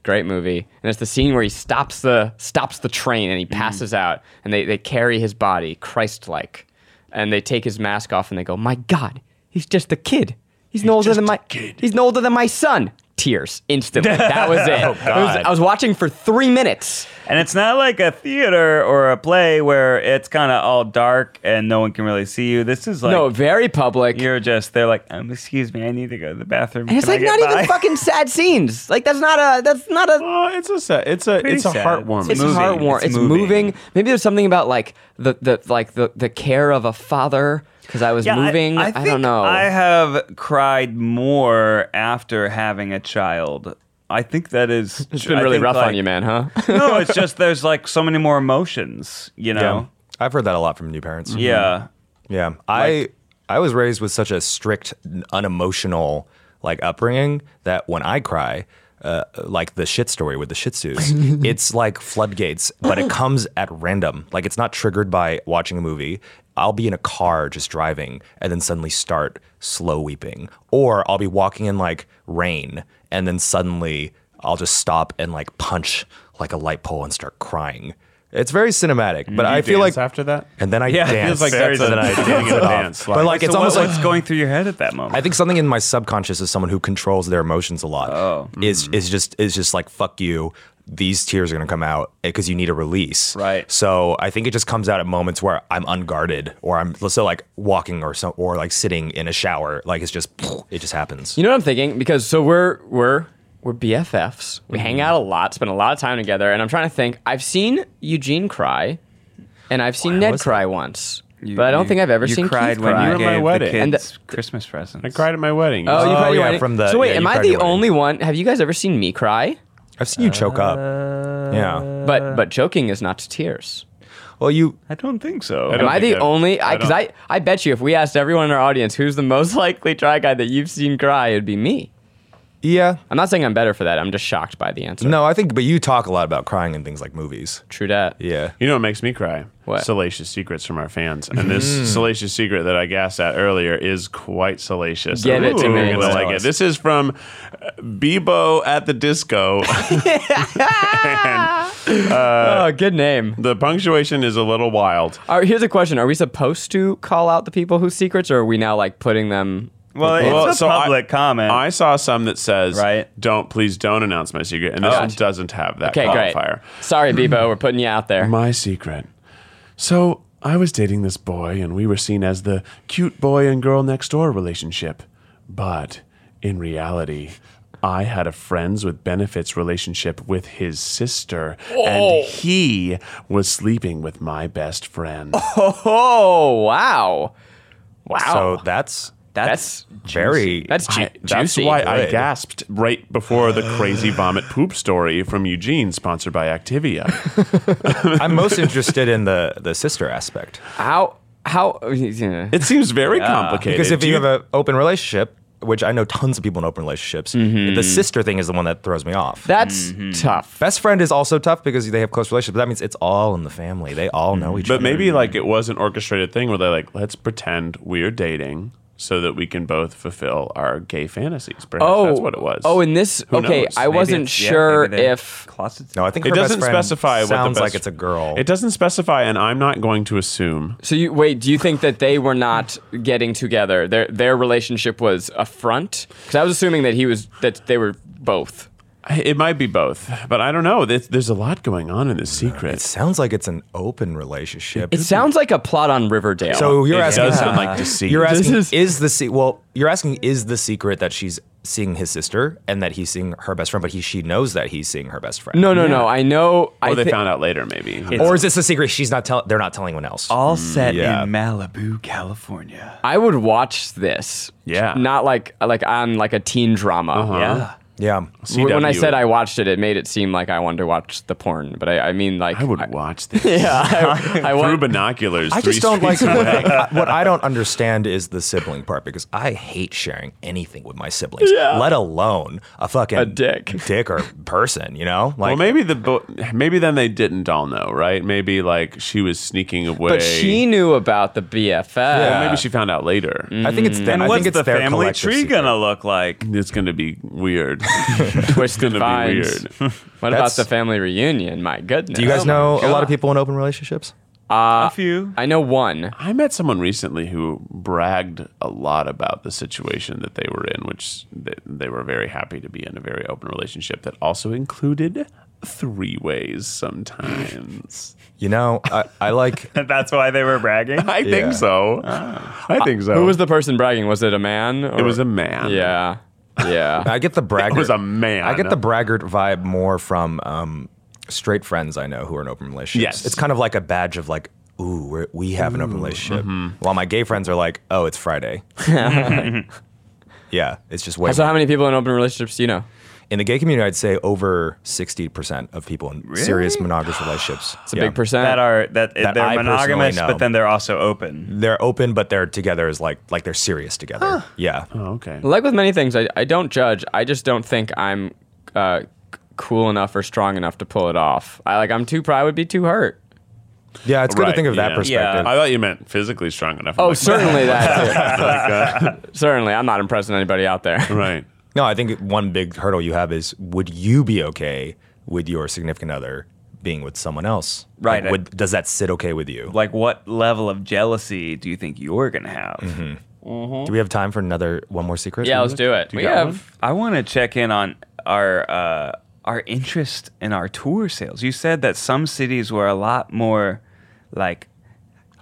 [SPEAKER 4] great movie, and it's the scene where he stops the stops the train and he passes out, and they they carry his body Christ like, and they take his mask off and they go, my God, he's just a kid, he's, no older than my kid. he's no older than my son. Tears instantly. That was it. It was-
[SPEAKER 5] God.
[SPEAKER 4] I was watching for three minutes.
[SPEAKER 3] And it's not like a theater or a play where it's kind of all dark and no one can really see you. This is like
[SPEAKER 4] no, very public.
[SPEAKER 3] you're just they're like, um, excuse me, I need to go to the bathroom.
[SPEAKER 4] And it's
[SPEAKER 3] Can I
[SPEAKER 4] like
[SPEAKER 3] get
[SPEAKER 4] not
[SPEAKER 3] by?"
[SPEAKER 4] even fucking sad scenes. Like that's not a that's not a
[SPEAKER 2] Oh, it's a sad, it's a it's a
[SPEAKER 3] sad.
[SPEAKER 2] heartwarming.
[SPEAKER 4] it's
[SPEAKER 3] moving.
[SPEAKER 4] heartwarming. It's,
[SPEAKER 3] It's
[SPEAKER 4] moving.
[SPEAKER 3] moving.
[SPEAKER 4] Maybe there's something about like the, the like the, the care of a father because I
[SPEAKER 3] <laughs>
[SPEAKER 4] was
[SPEAKER 3] Yeah, I-
[SPEAKER 4] moving. I,
[SPEAKER 3] think
[SPEAKER 4] don't know.
[SPEAKER 3] I have cried more after having a child. I think that is.
[SPEAKER 4] <laughs> it's been really rough on you, man, huh?
[SPEAKER 3] <laughs>
[SPEAKER 4] <laughs>
[SPEAKER 3] no, it's just there's like so many more emotions, you know?
[SPEAKER 5] I've heard that a lot from new parents.
[SPEAKER 3] um, Yeah.
[SPEAKER 5] Yeah. I I was raised with such a strict, unemotional like upbringing that when I cry, uh, like the shit story with the Shih
[SPEAKER 2] <laughs>
[SPEAKER 5] Tzus, it's like floodgates, but it comes at random. Like it's not triggered by watching a movie. I'll be in a car just driving and then suddenly start slow weeping, or I'll be walking in like rain and then suddenly I'll just stop and like punch like a light pole and start crying. It's very cinematic, but I feel like
[SPEAKER 2] after that.
[SPEAKER 5] and then I
[SPEAKER 3] Yeah, it <laughs>
[SPEAKER 5] dance.
[SPEAKER 2] feels like
[SPEAKER 3] Very
[SPEAKER 2] that's a,
[SPEAKER 3] nice.
[SPEAKER 2] beginning of a dance.
[SPEAKER 5] But Oh. like
[SPEAKER 3] So
[SPEAKER 5] it's
[SPEAKER 3] what-
[SPEAKER 5] almost
[SPEAKER 3] what's
[SPEAKER 5] like
[SPEAKER 3] going through your head at that
[SPEAKER 5] I
[SPEAKER 3] moment.
[SPEAKER 5] think something in my subconscious is someone who controls their emotions a lot. Oh, is is just is just like fuck you. These tears are gonna come out because you need a release.
[SPEAKER 3] Right.
[SPEAKER 5] So I think it just comes out at moments where I'm unguarded or I'm so like walking or so or like sitting in a shower. Like it's just <sniffs> it just happens.
[SPEAKER 4] you know what I'm thinking? Because so we're we're we're BFFs. We
[SPEAKER 3] Mm-hmm.
[SPEAKER 4] hang out a lot, spend a lot of time together, and I'm trying to think. I've seen Eugene cry, and I've seen Ned
[SPEAKER 5] was
[SPEAKER 4] cry once,
[SPEAKER 3] You-
[SPEAKER 4] but I don't
[SPEAKER 3] you-
[SPEAKER 4] think I've ever
[SPEAKER 3] you
[SPEAKER 4] seen
[SPEAKER 3] cried
[SPEAKER 4] Keith
[SPEAKER 3] when
[SPEAKER 4] cry.
[SPEAKER 3] you
[SPEAKER 2] were my
[SPEAKER 3] gave
[SPEAKER 2] wedding.
[SPEAKER 3] the
[SPEAKER 4] And
[SPEAKER 3] kids Christmas presents.
[SPEAKER 2] I cried at my wedding.
[SPEAKER 4] Oh, you
[SPEAKER 5] Oh,
[SPEAKER 4] probably
[SPEAKER 5] yeah,
[SPEAKER 4] were.
[SPEAKER 5] from the-
[SPEAKER 4] So wait,
[SPEAKER 5] yeah,
[SPEAKER 4] am
[SPEAKER 5] you
[SPEAKER 4] I
[SPEAKER 5] probably
[SPEAKER 4] the
[SPEAKER 5] were.
[SPEAKER 4] only one? Have you guys ever seen me cry?
[SPEAKER 5] I've seen you choke up. Yeah.
[SPEAKER 2] Uh,
[SPEAKER 4] But but joking is not to tears.
[SPEAKER 5] Well, you
[SPEAKER 3] I don't think so.
[SPEAKER 2] I
[SPEAKER 4] Am
[SPEAKER 2] don't
[SPEAKER 4] I
[SPEAKER 2] think
[SPEAKER 4] the
[SPEAKER 2] I've-
[SPEAKER 4] only? I Because
[SPEAKER 2] don't-
[SPEAKER 4] I, I, bet you if we asked everyone in our audience who's the most <laughs> likely try guy that you've seen cry, it'd be me.
[SPEAKER 5] yeah.
[SPEAKER 4] I'm not saying I'm better for that. I'm just shocked by the answer.
[SPEAKER 5] No, I think but you talk a lot about crying in things like movies.
[SPEAKER 4] True dat.
[SPEAKER 5] Yeah.
[SPEAKER 2] You know what makes me cry?
[SPEAKER 4] What? Mm.
[SPEAKER 2] Salacious secrets from our fans. And this salacious secret that I gassed at earlier is quite salacious.
[SPEAKER 4] Give
[SPEAKER 2] I
[SPEAKER 4] it to
[SPEAKER 2] think
[SPEAKER 4] me.
[SPEAKER 2] You're gonna
[SPEAKER 4] Tell
[SPEAKER 2] like it.
[SPEAKER 5] us.
[SPEAKER 2] This is from uh, Bebo at the Disco. <laughs> Uh,
[SPEAKER 4] oh, good name.
[SPEAKER 2] the punctuation is a little wild.
[SPEAKER 4] All right, here's a question: Are we supposed to call out the people whose secrets, or are we now like putting them?
[SPEAKER 3] well, it's
[SPEAKER 2] Well,
[SPEAKER 3] a
[SPEAKER 2] so I-
[SPEAKER 3] public comment.
[SPEAKER 2] I saw some that says,
[SPEAKER 3] Right.
[SPEAKER 2] don't, please don't announce my secret. And this
[SPEAKER 4] Oh.
[SPEAKER 2] one doesn't have that
[SPEAKER 4] Okay, great.
[SPEAKER 2] qualifier. <clears throat>
[SPEAKER 4] Sorry, Bebo, we're putting you out there.
[SPEAKER 2] My secret. So I was dating this boy, and we were seen as the cute boy and girl next door relationship. But in reality, I had a friends with benefits relationship with his sister, and he was sleeping with my best friend.
[SPEAKER 4] Oh wow, wow.
[SPEAKER 5] So that's
[SPEAKER 4] that's
[SPEAKER 5] very
[SPEAKER 4] <laughs> that's ju-
[SPEAKER 2] I- that's
[SPEAKER 4] juicy.
[SPEAKER 2] why I
[SPEAKER 5] Good.
[SPEAKER 2] gasped right before the crazy vomit poop story from Eugene, sponsored by Activia.
[SPEAKER 5] I'm most interested in the the sister aspect.
[SPEAKER 4] how how <laughs> yeah.
[SPEAKER 2] It seems very complicated.
[SPEAKER 5] Because if
[SPEAKER 2] Do
[SPEAKER 5] you have an open relationship, which I know tons of people in open relationships,
[SPEAKER 2] Mm-hmm.
[SPEAKER 5] the sister thing is the one that throws me off.
[SPEAKER 4] that's tough.
[SPEAKER 5] Best friend is also tough because they have close relationships. But that means it's all in the family. They all know each
[SPEAKER 2] Mm-hmm. But
[SPEAKER 5] other.
[SPEAKER 2] maybe like it was an orchestrated thing where they're like, let's pretend we're dating so that we can both fulfill our gay fantasies. Perhaps
[SPEAKER 4] Oh,
[SPEAKER 2] that's what it was.
[SPEAKER 4] Oh, in this.
[SPEAKER 2] Who
[SPEAKER 4] okay,
[SPEAKER 2] knows?
[SPEAKER 4] I
[SPEAKER 2] Maybe
[SPEAKER 4] wasn't
[SPEAKER 3] It's- yeah,
[SPEAKER 4] sure
[SPEAKER 3] maybe they-
[SPEAKER 4] if.
[SPEAKER 3] closets.
[SPEAKER 5] no, I think
[SPEAKER 2] it
[SPEAKER 5] her best
[SPEAKER 2] doesn't
[SPEAKER 5] friend
[SPEAKER 2] specify what the
[SPEAKER 5] Sounds
[SPEAKER 2] best-
[SPEAKER 5] like it's a girl.
[SPEAKER 2] it doesn't specify, and I'm not going to assume.
[SPEAKER 4] So you wait. Do you think that they were not getting together? Their their relationship was a front. Because I was assuming that he was that they were both.
[SPEAKER 2] I- It might be both, but I don't know. There's, there's a lot going on in this secret.
[SPEAKER 5] It sounds like it's an open relationship.
[SPEAKER 4] It sounds like a plot on Riverdale.
[SPEAKER 5] so you're
[SPEAKER 2] it
[SPEAKER 5] asking.
[SPEAKER 2] does sound like deceit.
[SPEAKER 5] You're
[SPEAKER 4] This
[SPEAKER 5] asking
[SPEAKER 4] is-
[SPEAKER 5] is, the se- well? You're asking is the secret that she's seeing his sister and that he's seeing her best friend, but he she knows that he's seeing her best friend.
[SPEAKER 4] no, no, no. I know. I
[SPEAKER 2] or Oh, they
[SPEAKER 4] thi-
[SPEAKER 2] found out later, maybe.
[SPEAKER 5] or is this a secret she's not telling? They're not telling anyone else.
[SPEAKER 3] All set
[SPEAKER 5] Mm, yeah.
[SPEAKER 3] in Malibu, California.
[SPEAKER 4] I would watch this.
[SPEAKER 2] Yeah. Uh-huh.
[SPEAKER 4] Not like like on like a teen drama.
[SPEAKER 3] Yeah.
[SPEAKER 5] yeah,
[SPEAKER 4] Wh- When I
[SPEAKER 2] CW.
[SPEAKER 4] said I watched it, it made it seem like I wanted to watch the porn, but I, I mean like
[SPEAKER 2] I would
[SPEAKER 5] <laughs>
[SPEAKER 2] watch this
[SPEAKER 4] yeah, <laughs> I, I
[SPEAKER 2] <laughs> through
[SPEAKER 4] want,
[SPEAKER 2] binoculars.
[SPEAKER 5] I
[SPEAKER 2] three
[SPEAKER 5] just don't like
[SPEAKER 2] streets away.
[SPEAKER 5] I- what I don't understand is the sibling part because I hate sharing anything with my siblings, let alone a fucking
[SPEAKER 4] A dick.
[SPEAKER 5] <laughs> dick or person. You know, like
[SPEAKER 2] <laughs> Well, maybe the bo- maybe then they didn't all know, right? Maybe like she was sneaking away.
[SPEAKER 4] But she knew about the BFF.
[SPEAKER 2] Well, maybe she found out later.
[SPEAKER 5] I think it's them.
[SPEAKER 3] And
[SPEAKER 5] I
[SPEAKER 3] what's
[SPEAKER 5] think it's
[SPEAKER 3] the
[SPEAKER 5] their
[SPEAKER 3] family
[SPEAKER 5] collective
[SPEAKER 3] tree
[SPEAKER 5] secret.
[SPEAKER 3] gonna look like?
[SPEAKER 2] It's going to be weird. it's going
[SPEAKER 4] Twisted
[SPEAKER 2] to be
[SPEAKER 4] Vines.
[SPEAKER 2] weird. <laughs>
[SPEAKER 4] What about
[SPEAKER 5] That's-
[SPEAKER 4] the family reunion? My goodness.
[SPEAKER 5] Do you guys
[SPEAKER 3] Oh my
[SPEAKER 5] know a lot
[SPEAKER 3] God.
[SPEAKER 5] of people in open relationships?
[SPEAKER 3] a few.
[SPEAKER 4] I know one.
[SPEAKER 2] I met someone recently who bragged a lot about the situation that they were in, which they, they were very happy to be in a very open relationship that also included three ways
[SPEAKER 5] <laughs>
[SPEAKER 2] sometimes.
[SPEAKER 5] You know, I, I
[SPEAKER 3] <laughs>
[SPEAKER 5] like
[SPEAKER 3] That's why they were <laughs> bragging.
[SPEAKER 2] I
[SPEAKER 5] Yeah. Ah. Uh,
[SPEAKER 2] think so. I think so.
[SPEAKER 4] Who was the person bragging? Was it a man? Or?
[SPEAKER 2] It was a man.
[SPEAKER 4] Yeah. Yeah.
[SPEAKER 2] <laughs>
[SPEAKER 5] I get the braggart.
[SPEAKER 2] was a man.
[SPEAKER 5] I get the braggart vibe more from um, straight friends I know who are in open relationships.
[SPEAKER 2] Yes.
[SPEAKER 5] it's kind of like a badge of like, ooh, we're, we have an open relationship. While my gay friends are like, oh, it's Friday. <laughs> yeah, it's just way.
[SPEAKER 4] so,
[SPEAKER 5] more-
[SPEAKER 4] how many people in open relationships do you know?
[SPEAKER 5] in the gay community, I'd say over sixty percent of people in serious monogamous relationships.
[SPEAKER 4] It's a big percent.
[SPEAKER 3] that are that,
[SPEAKER 5] That
[SPEAKER 3] they're
[SPEAKER 5] I personally
[SPEAKER 3] monogamous,
[SPEAKER 5] know. Mm.
[SPEAKER 3] but then they're also open.
[SPEAKER 5] They're open, but they're together as like like they're serious together. Yeah,
[SPEAKER 2] Oh, okay.
[SPEAKER 4] like with many things, I, I don't judge. I just don't think I'm uh, c- cool enough or strong enough to pull it off. I like I'm too. pr- I would be too hurt.
[SPEAKER 5] yeah. It's good to
[SPEAKER 2] Right,
[SPEAKER 5] think of that
[SPEAKER 2] yeah.
[SPEAKER 5] perspective.
[SPEAKER 2] I thought you meant physically strong enough.
[SPEAKER 4] Oh,
[SPEAKER 2] Like,
[SPEAKER 4] certainly <laughs> that.
[SPEAKER 2] like, <laughs> uh,
[SPEAKER 4] Too. certainly, I'm not impressing anybody out there.
[SPEAKER 2] right.
[SPEAKER 5] No, I think one big hurdle you have is would you be okay with your significant other being with someone else?
[SPEAKER 3] Right.
[SPEAKER 5] Like, would, does that sit okay with you?
[SPEAKER 3] Like, what level of jealousy do you think you're gonna have?
[SPEAKER 5] Mm. Do we have time for another one more secret?
[SPEAKER 4] Yeah, let's do it. we
[SPEAKER 2] got
[SPEAKER 4] have.
[SPEAKER 3] I want to check in on our uh, our interest in our tour sales. You said that some cities were a lot more like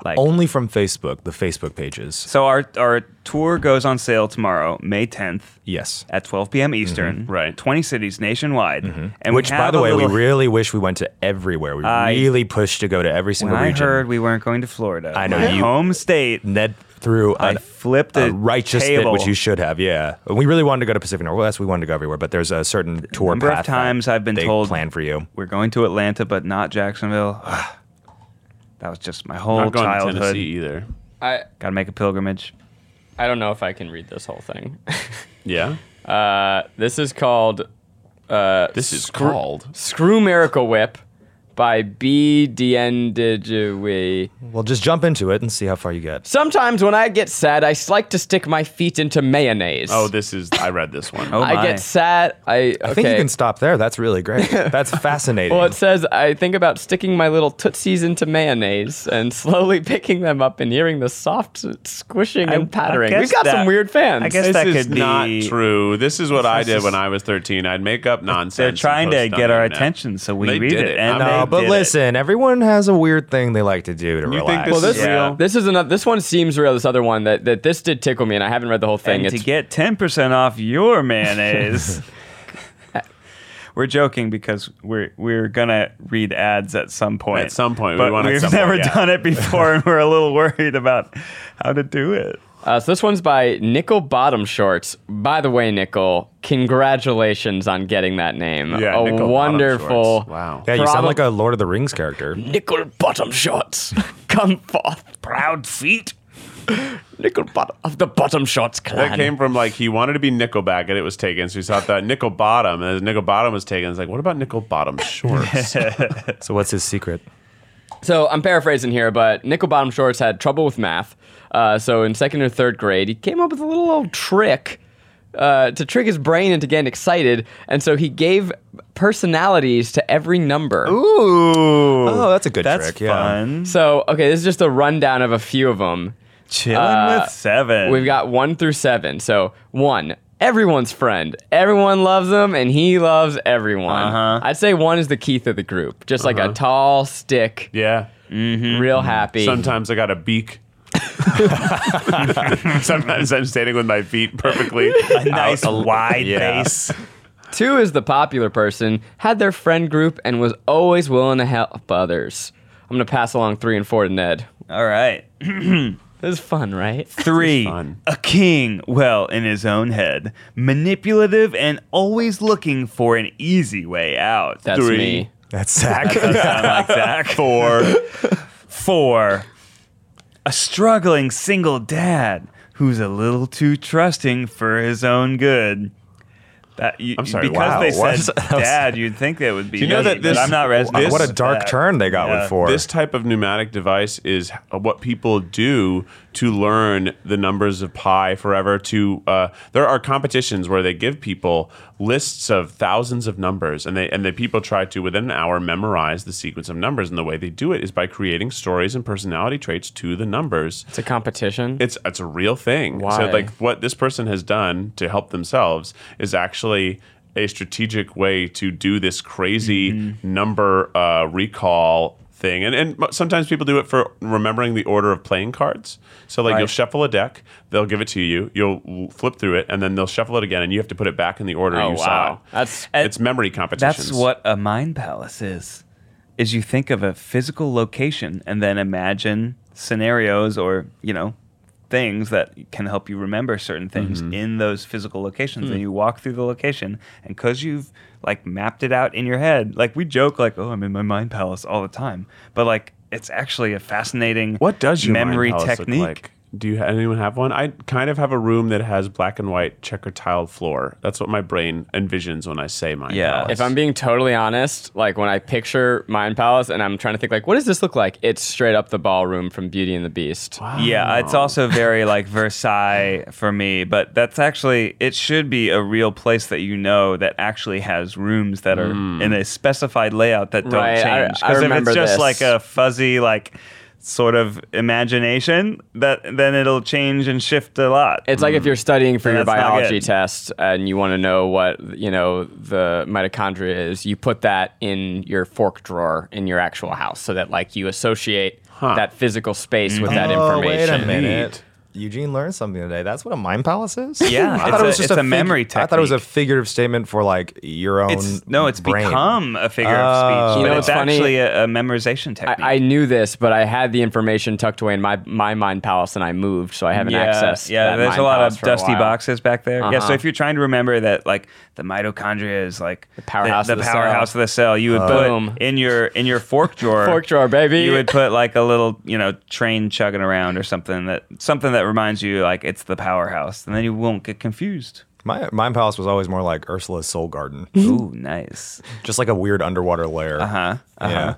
[SPEAKER 3] like
[SPEAKER 5] Only from Facebook, the Facebook pages.
[SPEAKER 3] so our our tour goes on sale tomorrow, May 10th
[SPEAKER 5] Yes.
[SPEAKER 3] at 12 p.m. Eastern.
[SPEAKER 2] Right.
[SPEAKER 3] 20 cities nationwide. And we
[SPEAKER 5] Mm-hmm. Which, by
[SPEAKER 3] have
[SPEAKER 5] the
[SPEAKER 3] a
[SPEAKER 5] way,
[SPEAKER 3] little-
[SPEAKER 5] we really wish we went to everywhere. We
[SPEAKER 3] I-
[SPEAKER 5] really pushed to go to every
[SPEAKER 3] when
[SPEAKER 5] single
[SPEAKER 3] I
[SPEAKER 5] region.
[SPEAKER 3] heard we weren't going to Florida.
[SPEAKER 5] I know
[SPEAKER 3] my
[SPEAKER 5] you-
[SPEAKER 3] home state.
[SPEAKER 5] Ned through
[SPEAKER 3] I
[SPEAKER 5] an-
[SPEAKER 3] flipped
[SPEAKER 5] a
[SPEAKER 3] a
[SPEAKER 5] righteous fit,
[SPEAKER 3] table.
[SPEAKER 5] which you should have. Yeah, we really wanted to go to Pacific Northwest. We wanted to go everywhere, but there's a certain tour
[SPEAKER 3] number of
[SPEAKER 5] path that
[SPEAKER 3] times I've been
[SPEAKER 5] they
[SPEAKER 3] told-
[SPEAKER 5] plan for you.
[SPEAKER 3] We're going to Atlanta, but not
[SPEAKER 5] <sighs>
[SPEAKER 3] Jacksonville. that was just my whole
[SPEAKER 2] Not going to
[SPEAKER 3] childhood.
[SPEAKER 2] Tennessee either.
[SPEAKER 4] I
[SPEAKER 3] Got to make a pilgrimage.
[SPEAKER 4] I don't know if I can read this whole thing.
[SPEAKER 2] Yeah.
[SPEAKER 4] Uh, this is called
[SPEAKER 2] This is called.
[SPEAKER 4] Screw Miracle Whip by B. Diendigewi.
[SPEAKER 5] Well, just jump into it and see how far you get.
[SPEAKER 4] Sometimes when I get sad, I s- like to stick my feet into mayonnaise.
[SPEAKER 2] Oh, this is. I read this
[SPEAKER 5] <laughs>
[SPEAKER 2] one.
[SPEAKER 3] Oh.
[SPEAKER 4] I
[SPEAKER 3] my.
[SPEAKER 4] get sad. I,
[SPEAKER 5] I think you can stop there. That's
[SPEAKER 3] <laughs>
[SPEAKER 5] really great. That's fascinating.
[SPEAKER 4] Well, it says, I think about sticking my little Tootsies into mayonnaise and <laughs> slowly picking them up and hearing the soft squishing
[SPEAKER 3] I- I
[SPEAKER 4] and pattering.
[SPEAKER 3] guess
[SPEAKER 4] We've got
[SPEAKER 3] that-
[SPEAKER 4] some weird fans.
[SPEAKER 3] I guess
[SPEAKER 2] This
[SPEAKER 3] that
[SPEAKER 2] is
[SPEAKER 3] could
[SPEAKER 2] not
[SPEAKER 3] be-
[SPEAKER 2] true. This is what I
[SPEAKER 3] is
[SPEAKER 2] did
[SPEAKER 3] just-
[SPEAKER 2] when I was 13. I'd make up nonsense.
[SPEAKER 3] They're
[SPEAKER 2] and
[SPEAKER 3] trying to
[SPEAKER 2] post on
[SPEAKER 3] get
[SPEAKER 2] the
[SPEAKER 3] our
[SPEAKER 2] internet.
[SPEAKER 3] attention, so we
[SPEAKER 2] They
[SPEAKER 3] read
[SPEAKER 2] did
[SPEAKER 3] it.
[SPEAKER 2] it.
[SPEAKER 3] And
[SPEAKER 2] I
[SPEAKER 5] no,
[SPEAKER 3] they
[SPEAKER 5] but
[SPEAKER 3] did it.
[SPEAKER 5] listen, everyone has a weird thing they like to do to
[SPEAKER 2] think
[SPEAKER 5] relax.
[SPEAKER 2] this
[SPEAKER 4] well, this,
[SPEAKER 2] is real?
[SPEAKER 4] this is another. This one seems real. This other one that, that this did tickle me, and I haven't read the whole thing.
[SPEAKER 3] And to
[SPEAKER 4] It's-
[SPEAKER 3] get 10% off your mayonnaise. we're joking because we're we're gonna read ads at some point.
[SPEAKER 2] At some point, we
[SPEAKER 3] but
[SPEAKER 2] want at
[SPEAKER 3] we've
[SPEAKER 2] some point,
[SPEAKER 3] never
[SPEAKER 2] yeah.
[SPEAKER 3] done it before, and we're a little worried about how to do it.
[SPEAKER 4] uh, so this one's by Nickel Bottom Shorts. By the way, Nickel, congratulations on getting that name.
[SPEAKER 2] Yeah,
[SPEAKER 4] a
[SPEAKER 2] Nickel Bottom
[SPEAKER 4] wonderful.
[SPEAKER 2] Shorts. Wow.
[SPEAKER 5] yeah, you sound
[SPEAKER 4] Probab-
[SPEAKER 5] like a Lord of the Rings character.
[SPEAKER 4] Nickel Bottom Shorts, <laughs> come forth,
[SPEAKER 3] Proud feet.
[SPEAKER 4] Nickel Bottom of the Bottom Shorts clan.
[SPEAKER 2] That came from like he wanted to be Nickelback and it was taken, so he thought that Nickel Bottom and as Nickel Bottom was taken. It's like, what about Nickel Bottom
[SPEAKER 3] <laughs>
[SPEAKER 2] shorts?
[SPEAKER 5] So what's his secret?
[SPEAKER 4] So I'm paraphrasing here, but Nickel Bottom Shorts had trouble with math. Uh, so in second or third grade, he came up with a little old trick uh, to trick his brain into getting excited, and so he gave personalities to every number.
[SPEAKER 3] Ooh.
[SPEAKER 5] Oh, that's a good
[SPEAKER 3] that's
[SPEAKER 5] trick. Yeah.
[SPEAKER 3] fun.
[SPEAKER 4] So okay, this is just a rundown of a few of them.
[SPEAKER 3] Chilling with seven.
[SPEAKER 4] We've got one through seven. So one, everyone's friend. Everyone loves him, and he loves everyone.
[SPEAKER 3] Uh-huh.
[SPEAKER 4] I'd say one is the Keith of the group, just like a tall stick,
[SPEAKER 2] yeah.
[SPEAKER 4] real happy.
[SPEAKER 2] Sometimes I got a
[SPEAKER 3] <laughs>
[SPEAKER 2] beak. <laughs> Sometimes I'm standing with my feet perfectly.
[SPEAKER 3] a <laughs> nice wide
[SPEAKER 5] yeah.
[SPEAKER 3] base.
[SPEAKER 4] Two is the popular person, had their friend group, and was always willing to help others. I'm going to pass along three and four to Ned.
[SPEAKER 3] All right.
[SPEAKER 4] This is fun, right?
[SPEAKER 3] <laughs> Three,
[SPEAKER 2] fun.
[SPEAKER 3] a king, well, in his own head, manipulative and always looking for an easy way out.
[SPEAKER 4] That's
[SPEAKER 2] Three.
[SPEAKER 4] me.
[SPEAKER 5] That's
[SPEAKER 3] <laughs>
[SPEAKER 5] Zach.
[SPEAKER 3] Sound like that. Four, four, a struggling single dad who's a little too trusting for his own good. That you, I'm
[SPEAKER 2] sorry,
[SPEAKER 3] because
[SPEAKER 5] wow,
[SPEAKER 3] they
[SPEAKER 5] what?
[SPEAKER 3] said
[SPEAKER 5] That was-
[SPEAKER 3] dad, you'd think that would be.
[SPEAKER 2] you know
[SPEAKER 3] me,
[SPEAKER 2] that this-
[SPEAKER 3] but I'm not resonating.
[SPEAKER 5] <laughs> what a
[SPEAKER 3] with
[SPEAKER 5] dark
[SPEAKER 3] that.
[SPEAKER 5] turn they got
[SPEAKER 3] Yeah.
[SPEAKER 5] with four.
[SPEAKER 2] This type of pneumatic device is uh, what people do to learn the numbers of pi forever. To uh, there are competitions where they give people lists of thousands of numbers, and they and the people try to within an hour memorize the sequence of numbers. And the way they do it is by creating stories and personality traits to the numbers.
[SPEAKER 4] It's a competition.
[SPEAKER 2] It's it's a real thing.
[SPEAKER 4] Why?
[SPEAKER 2] So like what this person has done to help themselves is actually a strategic way to do this crazy
[SPEAKER 4] Mm-hmm.
[SPEAKER 2] number uh, recall thing. And, and mo- sometimes people do it for remembering the order of playing cards. So, like, you'll shuffle a deck, they'll give it to you, you'll l- flip through it, and then they'll shuffle it again, and you have to put it back in the order
[SPEAKER 4] Oh,
[SPEAKER 2] you saw it.
[SPEAKER 4] wow. That's-
[SPEAKER 2] it's memory competitions.
[SPEAKER 3] That's what a mind palace is. Is you think of a physical location and then imagine scenarios or, you know, things that can help you remember certain things
[SPEAKER 2] Mm-hmm.
[SPEAKER 3] in those physical locations
[SPEAKER 2] Hmm.
[SPEAKER 3] and you walk through the location and cuz you've like mapped it out in your head. Like we joke like, "Oh, I'm in my mind palace all the time." But like it's actually a fascinating
[SPEAKER 2] What does your mind
[SPEAKER 3] memory
[SPEAKER 2] palace look
[SPEAKER 3] technique.
[SPEAKER 2] like? Do you anyone have one? I kind of have a room that has black and white checker tile floor. That's what my brain envisions when I say mind
[SPEAKER 3] Yeah.
[SPEAKER 2] palace.
[SPEAKER 4] If I'm being totally honest, like when I picture Mind Palace and I'm trying to think like, what does this look like? It's straight up the ballroom from Beauty and the Beast.
[SPEAKER 3] Yeah, it's
[SPEAKER 4] Oh.
[SPEAKER 3] also very like Versailles for me, but that's actually it should be a real place that you know that actually has rooms that are in a specified layout that don't
[SPEAKER 4] Hmm. Right, I-
[SPEAKER 3] change.
[SPEAKER 4] I
[SPEAKER 3] if
[SPEAKER 4] remember
[SPEAKER 3] it's just
[SPEAKER 4] this.
[SPEAKER 3] like a fuzzy like sort of imagination, that then it'll change and shift a lot.
[SPEAKER 4] It's like if you're studying for
[SPEAKER 3] Yeah,
[SPEAKER 4] your
[SPEAKER 3] Mm. that's not
[SPEAKER 4] biology
[SPEAKER 3] good.
[SPEAKER 4] test and you want to know what you know the mitochondria is, you put that in your fork drawer in your actual house, so that like you associate that physical space with
[SPEAKER 3] Mm.
[SPEAKER 4] that
[SPEAKER 5] Oh,
[SPEAKER 4] information.
[SPEAKER 5] Wait a minute. Eugene learned something today. That's what a mind palace is.
[SPEAKER 3] Yeah,
[SPEAKER 5] <laughs> I
[SPEAKER 3] it's
[SPEAKER 5] thought
[SPEAKER 3] a-
[SPEAKER 5] it was just
[SPEAKER 3] it's a
[SPEAKER 5] fig-
[SPEAKER 3] memory
[SPEAKER 5] I thought it was a
[SPEAKER 3] technique.
[SPEAKER 5] figurative statement for like your own.
[SPEAKER 3] it's no, it's
[SPEAKER 5] brain.
[SPEAKER 3] become a figure
[SPEAKER 5] Oh.
[SPEAKER 3] of speech.
[SPEAKER 4] You know
[SPEAKER 3] but
[SPEAKER 4] what's
[SPEAKER 3] it's
[SPEAKER 4] funny?
[SPEAKER 3] actually a, a memorization technique.
[SPEAKER 4] I, I knew this, but I had the information tucked away in my, my mind palace, and I moved, so I haven't accessed.
[SPEAKER 3] Yeah,
[SPEAKER 4] that
[SPEAKER 3] there's a
[SPEAKER 4] Mind
[SPEAKER 3] lot
[SPEAKER 4] Palace
[SPEAKER 3] of
[SPEAKER 4] for a
[SPEAKER 3] dusty
[SPEAKER 4] while.
[SPEAKER 3] boxes back there. Yeah,
[SPEAKER 4] Uh-huh.
[SPEAKER 3] so if you're trying to remember that, like the mitochondria is like the
[SPEAKER 4] powerhouse
[SPEAKER 3] the,
[SPEAKER 4] of the
[SPEAKER 3] powerhouse
[SPEAKER 4] cell.
[SPEAKER 3] of the cell, you would
[SPEAKER 4] Boom.
[SPEAKER 3] put in your in your
[SPEAKER 4] <laughs>
[SPEAKER 3] fork drawer,
[SPEAKER 4] Fork drawer, baby.
[SPEAKER 3] You would put like a little, you know, train chugging around or something that something that reminds you like it's the powerhouse, and then you won't get confused.
[SPEAKER 5] My mind palace was always more like Ursula's soul
[SPEAKER 3] <laughs>
[SPEAKER 5] garden,
[SPEAKER 3] Ooh, nice.
[SPEAKER 5] just like a weird underwater lair.
[SPEAKER 3] Uh huh.
[SPEAKER 5] Yeah.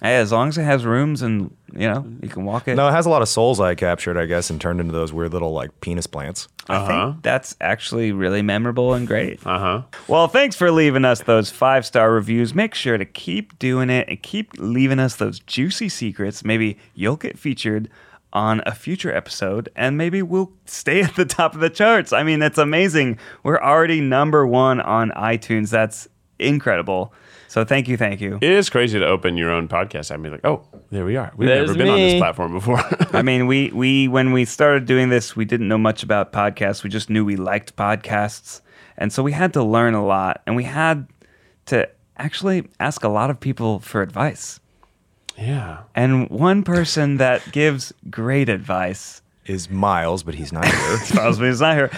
[SPEAKER 3] Hey, as long as it has rooms and you know you can walk it.
[SPEAKER 5] <laughs> No, it has a lot of souls I captured, I guess, and turned into those weird little like penis plants.
[SPEAKER 3] I think that's actually really memorable and great.
[SPEAKER 2] uh huh.
[SPEAKER 3] Well, thanks for leaving us those five star reviews. Make sure to keep doing it and keep leaving us those juicy secrets. Maybe you'll get featured on a future episode and maybe we'll stay at the top of the charts. I mean, that's amazing. We're already number one on iTunes. That's incredible. So thank you, thank you.
[SPEAKER 2] It is crazy to open your own podcast and be like, oh, there we are. We've
[SPEAKER 4] There's
[SPEAKER 2] never been on this
[SPEAKER 4] me.
[SPEAKER 2] platform before. <laughs>
[SPEAKER 3] I mean, we we when we started doing this, we didn't know much about podcasts. We just knew we liked podcasts, and so we had to learn a lot, and we had to actually ask a lot of people for advice.
[SPEAKER 2] yeah.
[SPEAKER 3] And one
[SPEAKER 2] <laughs>
[SPEAKER 3] person that gives great advice,
[SPEAKER 5] Is Miles, but he's
[SPEAKER 2] <laughs>
[SPEAKER 5] not here.
[SPEAKER 3] Miles Moore's not here.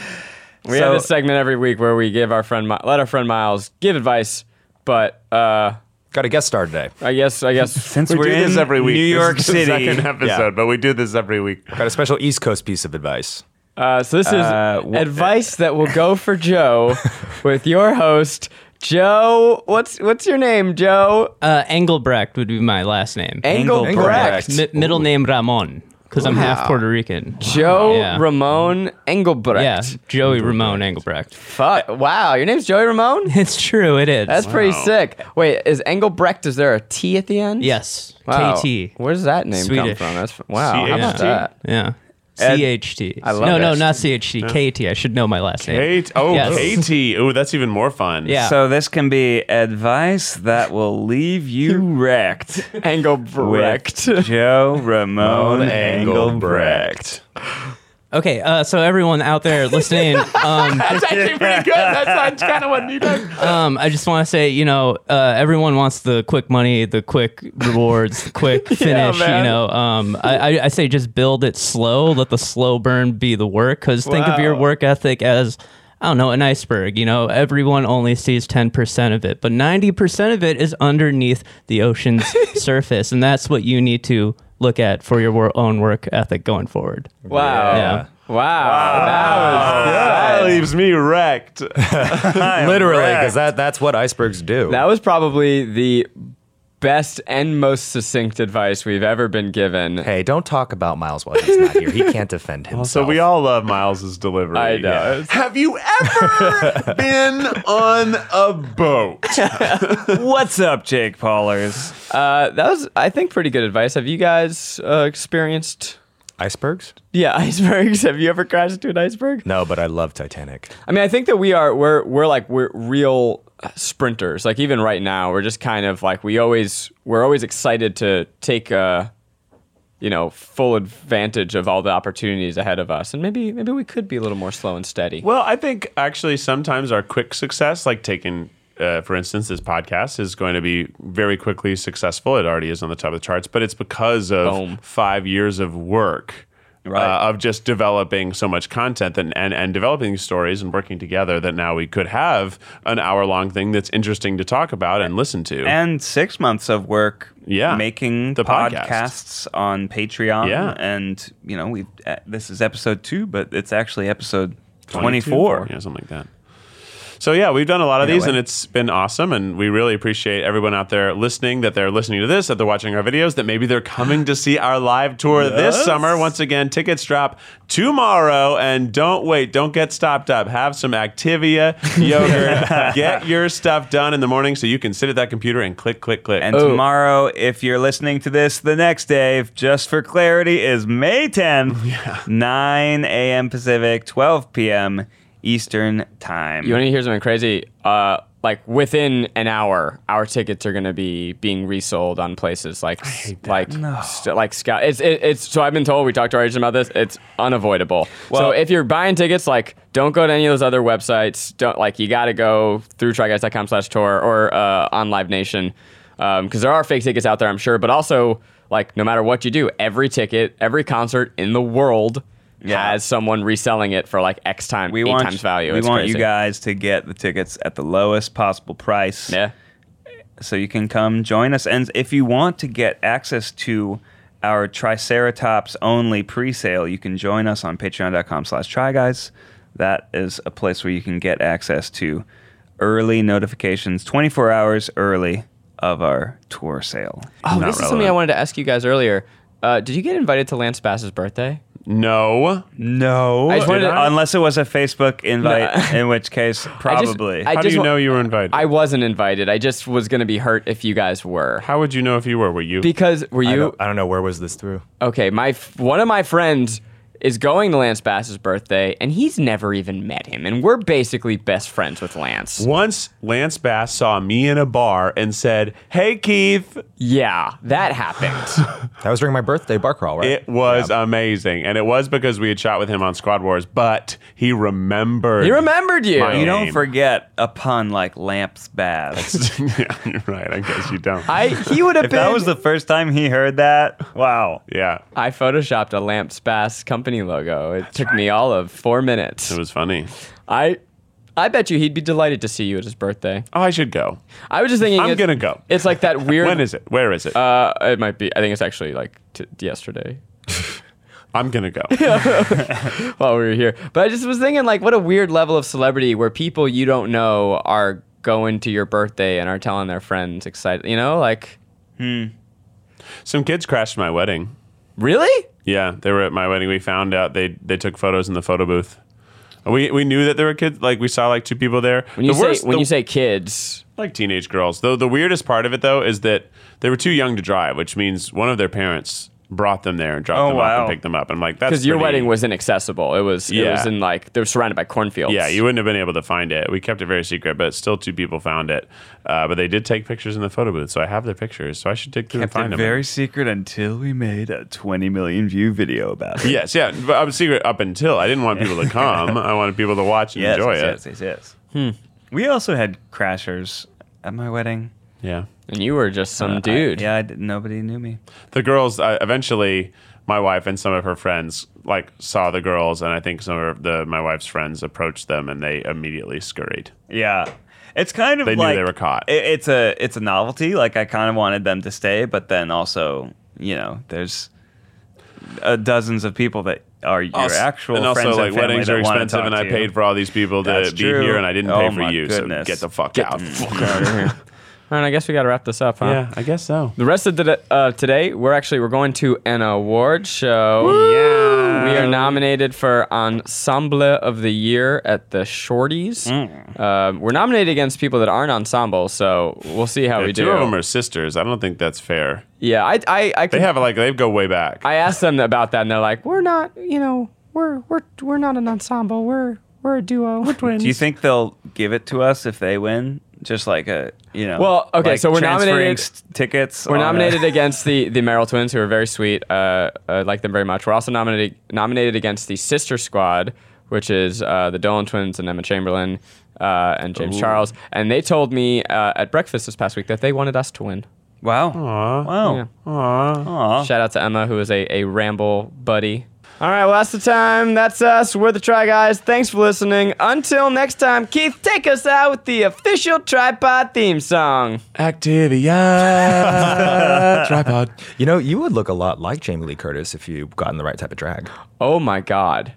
[SPEAKER 4] We have this segment every week where we give our friend Mi- let our friend Miles give advice, but uh,
[SPEAKER 5] Got a guest star today.
[SPEAKER 4] I guess I
[SPEAKER 3] <laughs>
[SPEAKER 4] guess
[SPEAKER 3] since
[SPEAKER 2] We
[SPEAKER 3] are
[SPEAKER 2] do
[SPEAKER 3] in
[SPEAKER 2] this every week.
[SPEAKER 3] New
[SPEAKER 2] This is
[SPEAKER 3] York
[SPEAKER 2] the
[SPEAKER 3] City.
[SPEAKER 2] second episode,
[SPEAKER 5] Yeah.
[SPEAKER 2] but we do this every week.
[SPEAKER 5] Got a special East Coast piece of advice.
[SPEAKER 4] uh, so. This is
[SPEAKER 3] Uh, wh-
[SPEAKER 4] advice that will
[SPEAKER 3] <laughs>
[SPEAKER 4] go for Joe with your host Joe. What's what's your name, Joe?
[SPEAKER 6] Uh, Engelbrecht would be my last name.
[SPEAKER 4] Engelbrecht.
[SPEAKER 5] Engelbrecht.
[SPEAKER 6] Mi- middle name Ramon, because I'm half Puerto Rican.
[SPEAKER 4] Joe
[SPEAKER 6] Yeah.
[SPEAKER 4] Ramon Engelbrecht.
[SPEAKER 6] Yeah, Joey Ramon Engelbrecht. <laughs>
[SPEAKER 4] Fuck. Wow. Your name's Joey Ramon.
[SPEAKER 6] It's true. It is.
[SPEAKER 4] That's pretty sick. Wait, is Engelbrecht? Is there a T at the end?
[SPEAKER 6] yes.
[SPEAKER 4] Wow.
[SPEAKER 6] KT.
[SPEAKER 4] Where does that name
[SPEAKER 6] Swedish.
[SPEAKER 4] come from? That's wow. How
[SPEAKER 2] CHT?
[SPEAKER 4] about that?
[SPEAKER 6] Yeah.
[SPEAKER 4] Ed-
[SPEAKER 6] CHT.
[SPEAKER 4] I love
[SPEAKER 6] no, no,
[SPEAKER 4] it.
[SPEAKER 6] not CHT. KT. I should know my last name.
[SPEAKER 2] Kate. Oh,
[SPEAKER 6] Yes.
[SPEAKER 2] Katie. Oh, that's even more fun.
[SPEAKER 6] Yeah.
[SPEAKER 3] So this can be advice that will leave
[SPEAKER 2] <laughs>
[SPEAKER 3] you wrecked.
[SPEAKER 4] Engelbrecht.
[SPEAKER 3] With Joe Ramon Engelbrecht.
[SPEAKER 5] Engelbrecht.
[SPEAKER 6] Okay, uh, so everyone out there
[SPEAKER 4] <laughs>
[SPEAKER 6] listening, um,
[SPEAKER 4] That's actually pretty good. That's, that's kind of what you guys.
[SPEAKER 6] um, I just want to say, you know, uh, everyone wants the quick money, the quick rewards,
[SPEAKER 4] <laughs>
[SPEAKER 6] the quick finish.
[SPEAKER 4] man.
[SPEAKER 6] you know, um, I, I, I say just build it slow. Let the slow burn be the work. Because think of your
[SPEAKER 4] Wow.
[SPEAKER 6] work ethic as I don't know an iceberg. You know, everyone only sees ten percent of it, but ninety percent of it is underneath
[SPEAKER 4] <laughs>
[SPEAKER 6] the ocean's surface, and that's what you need to look at for your wor- own work ethic going forward.
[SPEAKER 4] Wow.
[SPEAKER 6] Yeah.
[SPEAKER 4] Wow. That was
[SPEAKER 2] Oh, That
[SPEAKER 4] good.
[SPEAKER 2] leaves me wrecked.
[SPEAKER 5] Literally, because that, that's what icebergs do.
[SPEAKER 4] That was probably the best and most succinct advice we've ever been given.
[SPEAKER 5] hey, don't talk about Miles while he's not here. He
[SPEAKER 2] <laughs>
[SPEAKER 5] can't defend himself.
[SPEAKER 2] Oh, So we all love Miles's delivery.
[SPEAKER 4] I know.
[SPEAKER 2] Have you
[SPEAKER 4] <laughs>
[SPEAKER 2] ever been on a boat?
[SPEAKER 3] What's up, Jake Paulers?
[SPEAKER 4] Uh, that was, I think, pretty good advice. Have you guys uh, experienced
[SPEAKER 5] Icebergs?
[SPEAKER 4] Yeah, <laughs> icebergs. Have you ever crashed into an iceberg?
[SPEAKER 5] No, but I love Titanic.
[SPEAKER 4] I mean, I think that we are we're we're like we're real uh, sprinters. Like even right now, we're just kind of like we always we're always excited to take uh you know full advantage of all the opportunities ahead of us, and maybe maybe we could be a little more slow and steady.
[SPEAKER 2] Well, I think actually sometimes our quick success, like taking, uh, for instance, this podcast is going to be very quickly successful. It already is on the top of the charts, but it's because of
[SPEAKER 4] Boom.
[SPEAKER 2] five years of work.
[SPEAKER 3] Right.
[SPEAKER 2] Uh, of just developing so much content and, and, and developing these stories and working together that now we could have an hour long thing that's interesting to talk about and listen to.
[SPEAKER 3] and six months of work
[SPEAKER 2] Yeah.
[SPEAKER 3] making
[SPEAKER 2] The podcast.
[SPEAKER 3] podcasts on patreon
[SPEAKER 2] Yeah.
[SPEAKER 3] and you know we uh, this is episode two but it's actually episode
[SPEAKER 2] 22,
[SPEAKER 3] 24
[SPEAKER 2] Yeah, something like that. So yeah, we've done a lot of these
[SPEAKER 3] way.
[SPEAKER 2] and it's been awesome and we really appreciate everyone out there listening that they're listening to this, that they're watching our videos, that maybe they're coming to see our live tour this summer. Once again, tickets drop tomorrow and don't wait, don't get stopped up. Have some
[SPEAKER 4] <laughs>
[SPEAKER 2] Activia yogurt. get your stuff done in the morning so you can sit at that computer and click click click.
[SPEAKER 3] and
[SPEAKER 4] Oh.
[SPEAKER 3] tomorrow if you're listening to this the next day if- just for clarity is
[SPEAKER 2] <laughs>
[SPEAKER 3] may 10th 9 a.m pacific 12 p.m eastern time
[SPEAKER 4] You want to hear something crazy? Uh, like within an hour, our tickets are going to be being resold on places like like st- like Scott. It's it, it's so I've been told. We talked to our agent about this. It's unavoidable. so
[SPEAKER 3] Well-
[SPEAKER 4] if you're buying tickets, like don't go to any of those other websites. Don't like you got to go through tryguys.com slash tour or uh, on Live Nation because there are fake tickets out there, I'm sure. But also like no matter what you do, every ticket, every concert in the world.
[SPEAKER 3] Yeah.
[SPEAKER 4] Has someone reselling it for like X time,
[SPEAKER 3] we
[SPEAKER 4] eight
[SPEAKER 3] want
[SPEAKER 4] times value.
[SPEAKER 3] we
[SPEAKER 4] It's
[SPEAKER 3] want you
[SPEAKER 4] crazy.
[SPEAKER 3] guys to get the tickets at the lowest possible price
[SPEAKER 4] Yeah.
[SPEAKER 3] so you can come join us. And if you want to get access to our Triceratops only presale, you can join us on patreon.com slash tryguys. That is a place where you can get access to early notifications 24 hours early of our tour sale.
[SPEAKER 4] Oh,
[SPEAKER 2] Not
[SPEAKER 4] this is something I
[SPEAKER 2] relevant.
[SPEAKER 4] wanted to ask you guys earlier. Uh, did you get invited to Lance Bass's birthday?
[SPEAKER 2] no.
[SPEAKER 3] No.
[SPEAKER 4] I just wanted to-
[SPEAKER 3] Unless it was a Facebook invite,
[SPEAKER 4] <laughs>
[SPEAKER 3] in which case, probably.
[SPEAKER 4] I
[SPEAKER 2] How do
[SPEAKER 4] just
[SPEAKER 2] you
[SPEAKER 4] wa-
[SPEAKER 2] know you were invited?
[SPEAKER 4] I wasn't invited. I just was going to be hurt if you guys were.
[SPEAKER 2] How would you know if you were? Were you?
[SPEAKER 4] Because were
[SPEAKER 5] I
[SPEAKER 4] you
[SPEAKER 5] don't, I don't know where was this through.
[SPEAKER 4] okay? My f- one of my friends is going to Lance Bass's birthday, and he's never even met him, and we're basically best friends with Lance.
[SPEAKER 2] Once Lance Bass saw me in a bar and said, "Hey Keith,"
[SPEAKER 4] Yeah, that <laughs> happened.
[SPEAKER 5] That was during my birthday bar crawl, right?
[SPEAKER 2] it was amazing, and it was because we had shot with him on Squad Wars. But he remembered.
[SPEAKER 4] he remembered you.
[SPEAKER 2] My-
[SPEAKER 3] you don't
[SPEAKER 2] Lame.
[SPEAKER 3] forget a pun like Lamps Baths.
[SPEAKER 2] <laughs> yeah, you're right. I guess you don't.
[SPEAKER 4] I he would have
[SPEAKER 3] if <laughs>
[SPEAKER 4] been.
[SPEAKER 3] that was the first time he heard that, wow.
[SPEAKER 2] yeah,
[SPEAKER 4] I photoshopped a Lance Bass company logo. It took me all of four minutes.
[SPEAKER 2] it was funny.
[SPEAKER 4] I I bet you he'd be delighted to see you at his birthday.
[SPEAKER 2] Oh, I should go.
[SPEAKER 4] I was just thinking
[SPEAKER 2] I'm
[SPEAKER 4] it's-
[SPEAKER 2] gonna go.
[SPEAKER 4] It's
[SPEAKER 2] <laughs>
[SPEAKER 4] like that weird
[SPEAKER 2] When is it? Where is it?
[SPEAKER 4] uh it might be I think it's actually like t- yesterday <laughs>
[SPEAKER 2] I'm gonna go.
[SPEAKER 4] while we were here. But I just was thinking like what a weird level of celebrity where people you don't know are going to your birthday and are telling their friends excited, you know, like
[SPEAKER 2] Some kids crashed my wedding.
[SPEAKER 4] really?
[SPEAKER 2] Yeah, they were at my wedding. We found out they they took photos in the photo booth. We we knew that there were kids. Like we saw like two people there.
[SPEAKER 4] When you
[SPEAKER 2] the
[SPEAKER 4] say
[SPEAKER 2] worst,
[SPEAKER 4] when
[SPEAKER 2] the
[SPEAKER 4] you say kids,
[SPEAKER 2] like teenage girls. Though the weirdest part of it though is that they were too young to drive, which means one of their parents brought them there and dropped
[SPEAKER 3] Oh,
[SPEAKER 2] them off
[SPEAKER 3] wow.
[SPEAKER 2] and picked them up. I'm like, that's
[SPEAKER 4] because your
[SPEAKER 2] pretty-
[SPEAKER 4] wedding was inaccessible. It was it
[SPEAKER 2] Yeah.
[SPEAKER 4] was in like they were surrounded by cornfields.
[SPEAKER 2] Yeah, you wouldn't have been able to find it. We kept it very secret, but still two people found it. Uh, but they did take pictures in the photo booth, so I have their pictures. So I should dig through and
[SPEAKER 3] kept
[SPEAKER 2] find
[SPEAKER 3] it
[SPEAKER 2] them.
[SPEAKER 3] very secret until we made a 20 million view video about <laughs> it.
[SPEAKER 2] yes, yeah. But I was secret up until I didn't want people
[SPEAKER 3] <laughs>
[SPEAKER 2] to come. I wanted people to watch and
[SPEAKER 3] yes,
[SPEAKER 2] enjoy
[SPEAKER 3] yes,
[SPEAKER 2] it.
[SPEAKER 3] yes, yes,
[SPEAKER 2] Hmm.
[SPEAKER 3] yes. We also had crashers at my wedding.
[SPEAKER 2] Yeah.
[SPEAKER 4] and you were just
[SPEAKER 2] Uh,
[SPEAKER 4] some
[SPEAKER 3] I-
[SPEAKER 4] dude.
[SPEAKER 3] yeah, I did- nobody knew me.
[SPEAKER 2] the girls uh, eventually my wife and some of her friends like saw the girls and i think some of the my wife's friends approached them and they immediately scurried
[SPEAKER 3] Yeah. It's kind of
[SPEAKER 2] They knew
[SPEAKER 3] like
[SPEAKER 2] they were caught.
[SPEAKER 3] It, it's a it's a novelty. Like I kind of wanted them to stay, but then also, you know, there's uh, dozens of people that are your actual
[SPEAKER 2] and also
[SPEAKER 3] friends
[SPEAKER 2] like
[SPEAKER 3] and family
[SPEAKER 2] weddings are
[SPEAKER 3] that wanna
[SPEAKER 2] expensive
[SPEAKER 3] talk
[SPEAKER 2] and
[SPEAKER 3] to
[SPEAKER 2] i
[SPEAKER 3] you.
[SPEAKER 2] paid for all these people to
[SPEAKER 3] That's
[SPEAKER 2] be
[SPEAKER 3] true.
[SPEAKER 2] here and i didn't
[SPEAKER 3] Oh
[SPEAKER 2] pay for
[SPEAKER 3] my
[SPEAKER 2] you
[SPEAKER 3] goodness.
[SPEAKER 2] so get the fuck out
[SPEAKER 3] <laughs>
[SPEAKER 4] All right, I guess we got to wrap this up, huh?
[SPEAKER 2] i guess so
[SPEAKER 4] The rest of the, uh, today, we're actually we're going to an award show.
[SPEAKER 2] yeah
[SPEAKER 4] We are nominated for Ensemble of the Year at the Shorties.
[SPEAKER 2] Hmm.
[SPEAKER 4] Um, we're nominated against people that aren't ensemble, so we'll see how
[SPEAKER 2] Yeah,
[SPEAKER 4] we
[SPEAKER 2] two
[SPEAKER 4] do.
[SPEAKER 2] of them are sisters. I don't think that's fair.
[SPEAKER 4] yeah, I, I, I,
[SPEAKER 2] They
[SPEAKER 4] can,
[SPEAKER 2] have like they go way back.
[SPEAKER 4] I asked them about that, and they're like, "We're not, you know, we're we're we're not an ensemble. We're we're a duo. <laughs> We're twins."
[SPEAKER 3] Do you think they'll give it to us if they win? Just like a you know.
[SPEAKER 4] Well, okay,
[SPEAKER 3] like
[SPEAKER 4] so we're
[SPEAKER 3] transferring
[SPEAKER 4] nominated-
[SPEAKER 3] s- tickets.
[SPEAKER 4] We're
[SPEAKER 3] on a- <laughs>
[SPEAKER 4] nominated against the the Merrill twins, who are very sweet. Uh, I like them very much. We're also nominated nominated against the Sister Squad, which is uh, the Dolan twins and Emma Chamberlain uh, and James Charles. And they told me uh, at breakfast this past week that they wanted us to win.
[SPEAKER 3] wow. Wow. Aw.
[SPEAKER 4] Shout out to Emma, who is a, a ramble buddy. All right, well, that's the time. That's us. We're the Try Guys. Thanks for listening. Until next time, Keith, take us out with the official Tripod theme song.
[SPEAKER 5] Activia tripod. You know, you would look a lot like Jamie Lee Curtis if you got in the right type of drag.
[SPEAKER 4] Oh, my God.